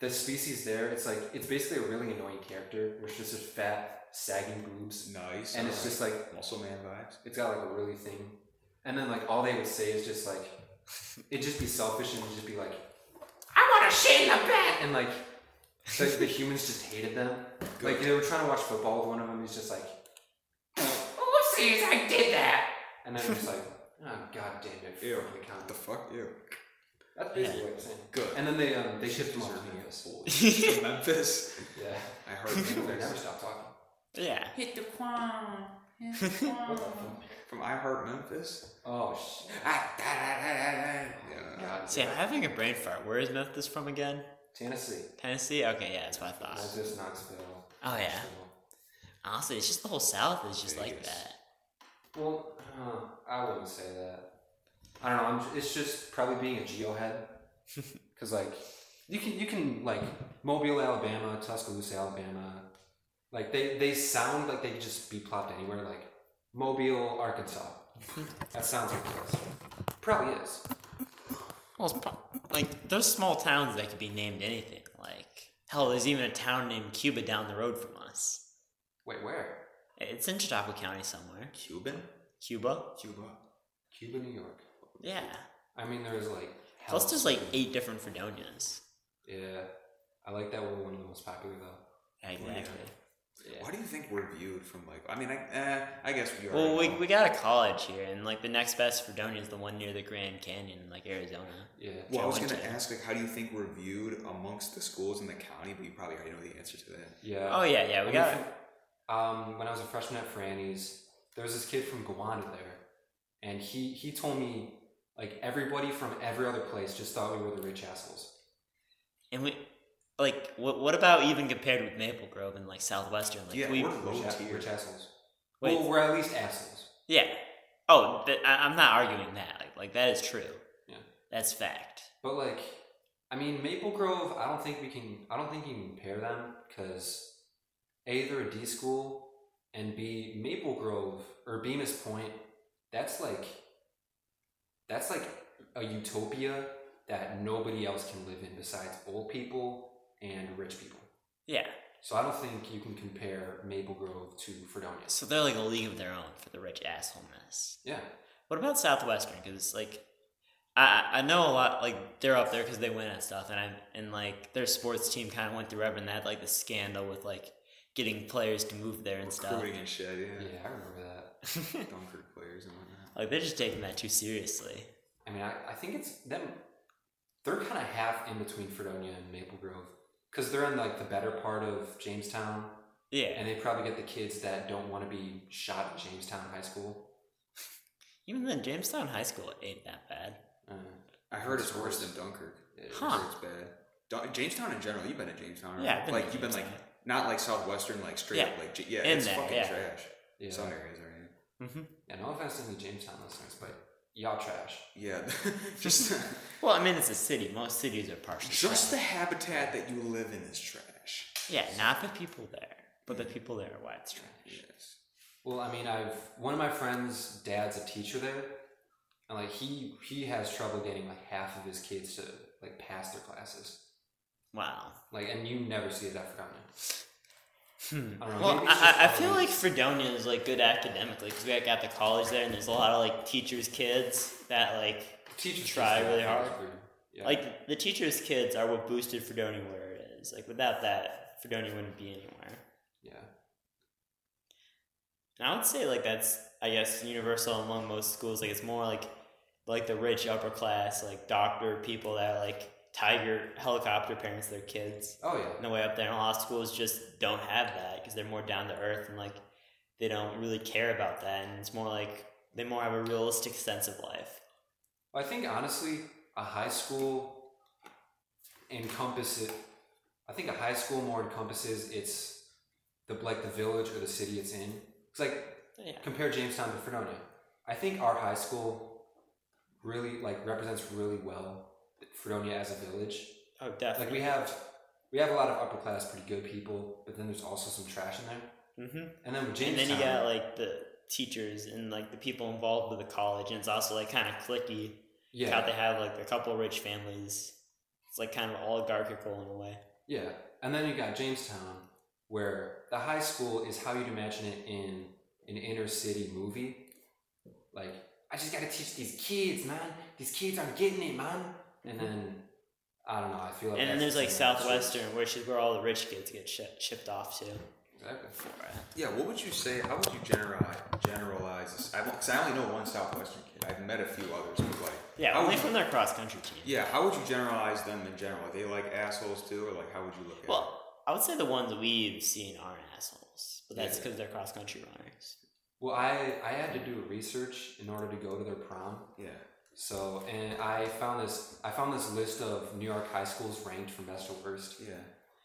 S1: the species there, it's like it's basically a really annoying character. Where it's just a fat, sagging boobs,
S2: Nice.
S1: and it's
S2: alright.
S1: just like
S2: muscle man vibes.
S1: it's got like a really thing. And then like all they would say is just like (laughs) it'd just be selfish and it'd just be like "Eh,"
S4: I want to shit in the bed.
S1: and like the, the humans just hated them. Like they were trying to watch football. One of them is just like,
S4: Oopsies, I did that.
S1: and then just like, (laughs) oh god damn it,
S2: Ew.
S1: fucking count."
S2: What the fuck? Ew.
S1: That's basically what I'm saying.
S2: Good.
S1: And then they um they shipped them
S2: These
S1: off
S2: are
S1: to Memphis.
S2: Holy- to Memphis.
S1: Yeah, (laughs)
S2: I heard
S1: they never
S2: Memphis.
S1: stop talking.
S3: yeah.
S4: Hit the quan. Hit
S1: (laughs)
S4: the
S1: What
S4: quan.
S1: the fuck?
S2: From I Heart Memphis.
S1: Oh shit.
S2: Ah, da, da, da, da, da. Uh, Yeah.
S1: God.
S3: See, I'm having a brain fart. Where is Memphis from again?
S1: Tennessee.
S3: Tennessee? Okay, yeah, that's what I thought.
S1: Memphis, Knoxville.
S3: Oh, yeah.
S1: Nashville.
S3: Honestly, it's just the whole South is just like
S2: Vegas.
S3: that.
S1: Well, uh, I wouldn't say that. I don't know. I'm, it's just probably being a geohead,
S3: (laughs)
S1: because like you can you can like Mobile, Alabama, Tuscaloosa, Alabama, like they they sound like they could just be plopped anywhere. Like Mobile,
S3: (laughs)
S1: Arkansas. that sounds ridiculous. Probably is.
S3: Well, it's pro- like there's small towns that could be named anything. Like hell, there's even a town named Cuba down the road from us.
S1: Wait, where?
S3: It's in Chautauqua County somewhere.
S2: Cuban?
S3: Cuba.
S2: Cuba.
S1: Cuba, New York.
S3: Yeah.
S1: I mean, there's like.
S3: Plus,
S1: hell-
S3: there's like eight different Fredonias.
S1: Yeah, I like that we're one of the most popular though.
S3: Exactly. Yeah.
S2: Why do you think we're viewed from like? I mean, I, eh, I guess we are.
S3: Well, we, we got a college here, and like the next best Fredonia is the one near the Grand Canyon, in, like Arizona.
S1: Yeah.
S2: Well, I was gonna
S3: Challenge.
S2: ask, like, how do you think we're viewed amongst the schools in the county? But you probably already know the answer to that.
S1: Yeah.
S3: Oh yeah, yeah, we
S1: I
S3: got.
S1: mean, from- Um, when I was a freshman at Franny's, there was this kid from Gowanda there, and he he told me like everybody from every other place just thought we were the rich assholes.
S3: And we, like, what what about even compared with Maple Grove and like Southwestern? Like
S2: Yeah,
S3: we,
S2: we're-
S1: Rich,
S2: Low
S1: ass-
S2: tier.
S1: rich assholes.
S3: Wait.
S1: Well, we're at least assholes.
S3: yeah. Oh, th- I, I'm not arguing that. Like, like that is true.
S1: Yeah.
S3: That's fact.
S1: But like, I mean, Maple Grove. I don't think we can. I don't think you can compare them because a they're a D school, and B Maple Grove or Bemis Point. That's like that's like a utopia that nobody else can live in besides old people and rich people.
S3: Yeah.
S1: So I don't think you can compare Maple Grove to Fredonia.
S3: So they're like a league of their own for the rich assholeness.
S1: Yeah,
S3: What about Southwestern? Because like, I I I know a lot. Like they're up there because they win at stuff, and I and like their sports team kind of went through everything. They had like the scandal with like getting players to move there and stuff.
S2: Recruiting and shit,
S1: yeah,
S2: yeah.
S1: I remember that.
S2: Dunker players and whatnot.
S3: (laughs) like they're just taking that too seriously.
S1: I mean, I, I think it's them. They're kind of half in between Fredonia and Maple Grove because they're in like the better part of Jamestown,
S3: Yeah.
S1: and they probably get the kids that don't want to be shot at Jamestown High School.
S3: Even then, Jamestown High School ain't that bad.
S1: Uh,
S2: I heard it's worse than Dunkirk.
S1: it-
S3: Huh.
S2: It's bad. Dun- Jamestown in general. You've been to Jamestown, right?
S3: Yeah, I've been
S2: like
S3: to
S2: you've been like
S3: Jamestown.
S2: not like Southwestern, like straight
S3: Yeah.
S2: up, like J- yeah,
S3: In
S2: it's
S3: there,
S2: fucking
S3: yeah.
S2: trash.
S1: Yeah.
S2: Some areas are. yeah.
S3: Mm-hmm.
S1: yeah, no offense to any Jamestown listeners, but y'all trash.
S2: Yeah, (laughs) just
S3: Well, I mean, it's a city. Most cities are partially.
S2: just the
S3: trash.
S2: habitat that you live in is trash.
S3: Yeah, not the people there, but the people there are why it's trash.
S2: Yes.
S1: Well, I mean, I've one of my friends' dad's a teacher there, and like he he has trouble getting like half of his kids to like pass their classes.
S3: Wow.
S1: Like, and you never see it at Fredonia.
S3: Hmm.
S1: I don't know,
S3: Well,
S1: maybe it's
S3: I, I, I
S1: just
S3: feel
S1: always-
S3: like Fredonia is like good academically because we got the college there, and there's a lot of like teachers' kids that like
S1: Teachers
S3: Try
S1: just-
S3: really hard.
S1: Yeah.
S3: like the teachers' kids are what boosted Fredonia where it is. Like without that, Fredonia wouldn't be anywhere.
S1: yeah.
S3: And I would say like that's I guess universal among most schools. Like it's more like like the rich upper class, like doctor people that like tiger helicopter parents their kids.
S1: Oh yeah.
S3: And the way up there, and a lot of schools just don't have that because they're more down to earth and like they don't really care about that. And it's more like they more have a realistic sense of life.
S1: I think honestly, a high school encompasses. I think a high school more encompasses its the like the village or the city it's in. It's like
S3: Yeah.
S1: compare Jamestown to Fredonia. I think our high school really like represents really well Fredonia as a village.
S3: Oh,
S1: Like
S3: definitely.
S1: we have we have a lot of upper class, pretty good people, but then there's also some trash in there.
S3: mm-hmm.
S1: And then with
S3: And
S1: Jamestown,
S3: then you got like the teachers and like the people involved with the college, and it's also like kind of clicky.
S1: yeah,
S3: how they have like a couple rich families. It's like kind of oligarchical in a way.
S1: Yeah, and then you got Jamestown, where the high school is how you'd imagine it in an inner city movie. Like, I just gotta teach these kids, man. These kids aren't getting it, man. And then, I don't know. I feel like.
S3: and then
S1: Oh, that's
S3: there's like
S1: the same attitude.
S3: Southwestern, which is where all the rich kids get shi shipped off to.
S1: Exactly.
S2: Yeah, what would you say? How would you generalize generalize this? I, cause I only know one Southwestern kid. I've met a few others, but like,
S3: Yeah,
S2: how
S3: only
S2: would you-
S3: from their cross country team.
S2: yeah, how would you generalize them in general? Are they like assholes too, or like how would you look at?
S3: Well, I would say the ones we've seen aren't assholes, but that's
S2: Yeah.
S3: because they're cross country runners.
S1: Well, I, I had to do research in order to go to their prom.
S2: it? yeah,
S1: So, and I found this I found this list of New York high schools ranked from best to worst.
S2: yeah.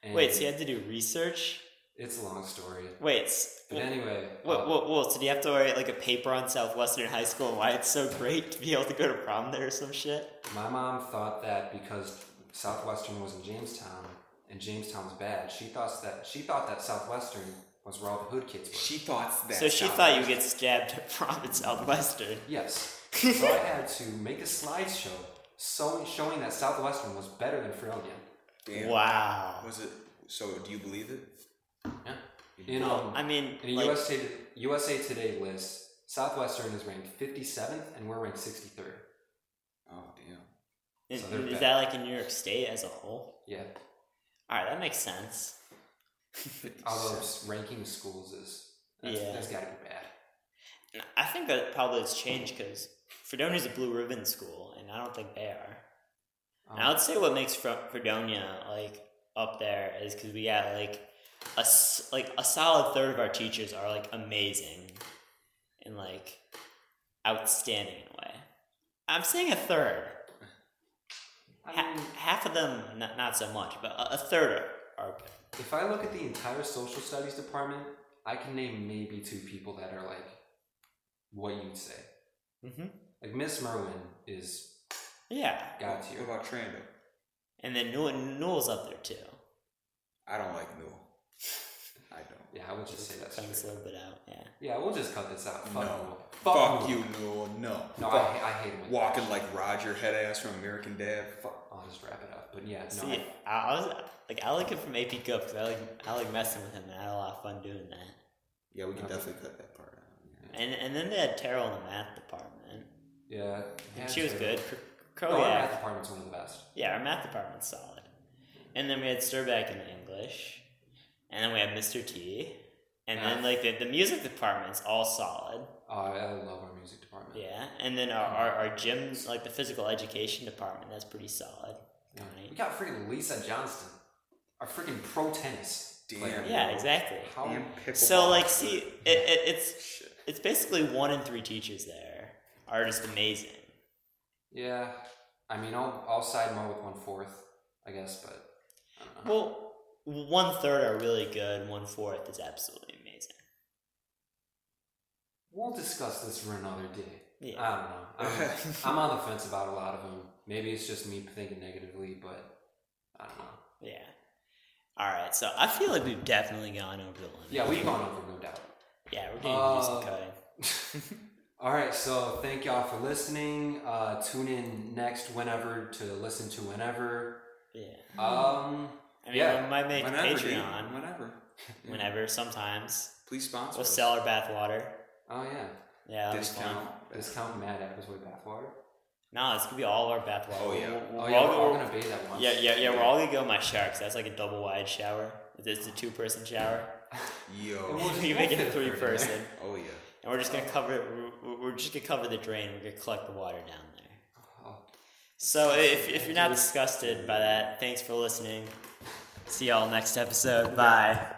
S1: And
S3: Wait, so you had to do research?
S1: it's a long story.
S3: Wait, s-
S1: But anyway,
S3: whoa,
S1: uh,
S3: whoa, whoa, so do you have to write like a paper on Southwestern High School and why it's so great to be able to go to prom there or some shit?
S1: my mom thought that because Southwestern was in Jamestown and Jamestown was bad, she thought that she thought that Southwestern was where all the hood kids were.
S2: She thought that.
S3: so she thought you would get stabbed at prom at Southwestern. (laughs)
S1: yes. so I had to make a slideshow so, showing that Southwestern was better than Frelian.
S2: Damn.
S3: Wow.
S2: Was it? So do you believe it?
S1: Yeah.
S2: You
S1: You know,
S3: I mean,
S1: In a
S3: like,
S1: USA, USA Today list, Southwestern is ranked 57th and we're ranked 63rd.
S2: Oh
S3: (laughs)
S2: damn.
S3: is,
S1: so they're
S3: is
S1: bad.
S3: that like in New York State as a whole?
S1: Yeah.
S3: All right, that makes sense.
S1: Although s- ranking schools is, that's,
S3: Yeah.
S1: that's got to be bad.
S3: And I think that probably has changed because Fredonia's a blue ribbon school, and I don't think they are.
S1: Um,
S3: And I would say what makes Fre- Fredonia like up there is because we got like a s- like a solid third of our teachers are like amazing and like outstanding in a way. I'm saying a third.
S1: I
S3: Ha-
S1: mean,
S3: half of them, not, not so much, but a, a third are good.
S1: if I look at the entire social studies department, I can name maybe two people that are like what you'd say.
S3: Mhm.
S1: Like Miss Merwin is
S3: Yeah,
S1: god
S2: What
S1: tier.
S2: about Trando?
S3: and then Newell, Newell's up there too.
S2: I don't like Newell. I don't.
S1: Yeah, I would just say that's
S3: Cutting this a
S1: true.
S3: little bit out. Yeah.
S1: Yeah, we'll just cut this out. Fuck
S2: No.
S1: Newell. Newell.
S2: Fuck, you, Newell. No.
S1: No, I,
S2: Fuck.
S1: ha- I hate him.
S2: Walking like Roger, head ass from American Dad. Fuck.
S1: I'll just wrap it up. But yeah, no,
S3: See, I, I was like, I like him from AP Cup because I like I like messing with him, and I had a lot of fun doing that.
S2: Yeah, we can
S1: Okay.
S2: definitely cut that part out.
S3: And and then they had Terrell in the math department.
S1: yeah.
S3: And she was
S1: Hansel.
S3: good. Oh,
S1: No, our math
S3: Kroyak.
S1: department's one of the best.
S3: Yeah, our math department's solid. And then we had Sturback in the English. And then we had Mr. T. And then
S1: Yeah.
S3: like the, the music department's all solid.
S1: Uh, I love our music department.
S3: Yeah. And then our, our, our gyms, like the physical education department, that's pretty solid.
S1: Yeah.
S3: Right.
S1: We got freaking Lisa Johnston, our freaking pro tennis.
S2: Damn.
S1: player.
S3: Yeah, exactly.
S1: How?
S2: Damn pickleball.
S3: So like see it,
S2: (laughs)
S3: it, it's
S2: Shit.
S3: it's basically one in three teachers there are just amazing.
S1: Yeah, I mean, I'll I'll side more with one fourth, I guess, but I don't know.
S3: Well, one third are really good. One fourth is absolutely amazing.
S1: We'll discuss this for another day.
S3: Yeah.
S1: I don't know.
S3: um,
S2: (laughs)
S1: I'm, I'm on the fence about a lot of them. Maybe it's just me thinking negatively, but I don't know.
S3: yeah. All right. So I feel like we've definitely gone over the limit.
S1: Yeah, we've gone over, no doubt. (laughs)
S3: Yeah, we're getting used
S1: Uh,
S3: to cutting.
S1: All right, so thank y'all for listening. Uh, tune in next whenever to listen to whenever.
S3: Yeah.
S4: Mm-hmm.
S1: Um,
S3: I mean,
S1: yeah,
S3: we might make a
S2: Whenever, dude.
S3: Patreon
S2: Whenever.
S3: (laughs)
S2: Yeah.
S3: whenever. Sometimes
S2: Please sponsor
S3: we'll
S2: us.
S3: sell our bath water.
S1: oh yeah,
S3: Yeah. that'll be fun.
S2: Discount.
S1: discount Mad Episode Bathwater.
S3: No, it's gonna be all our bath water.
S2: Oh, yeah.
S3: We'll- we'll-
S1: Oh
S3: we're
S1: yeah,
S3: all
S1: we're
S3: gonna-
S1: all gonna bathe at once.
S3: yeah, yeah, yeah. We're all gonna go in my shower 'cause that's like a double wide shower. It's a two person shower.
S1: (laughs) We'll
S3: (laughs)
S2: Yo.
S1: just-
S3: we make
S1: we'll
S3: it
S1: fit a third
S3: three
S1: in
S3: person.
S2: Oh yeah.
S3: And we're just gonna cover it. We're, we're just gonna cover the drain. We're gonna collect the water down there.
S1: Oh.
S3: So if, if you're not disgusted by that, thanks for listening. See y'all next episode. Bye.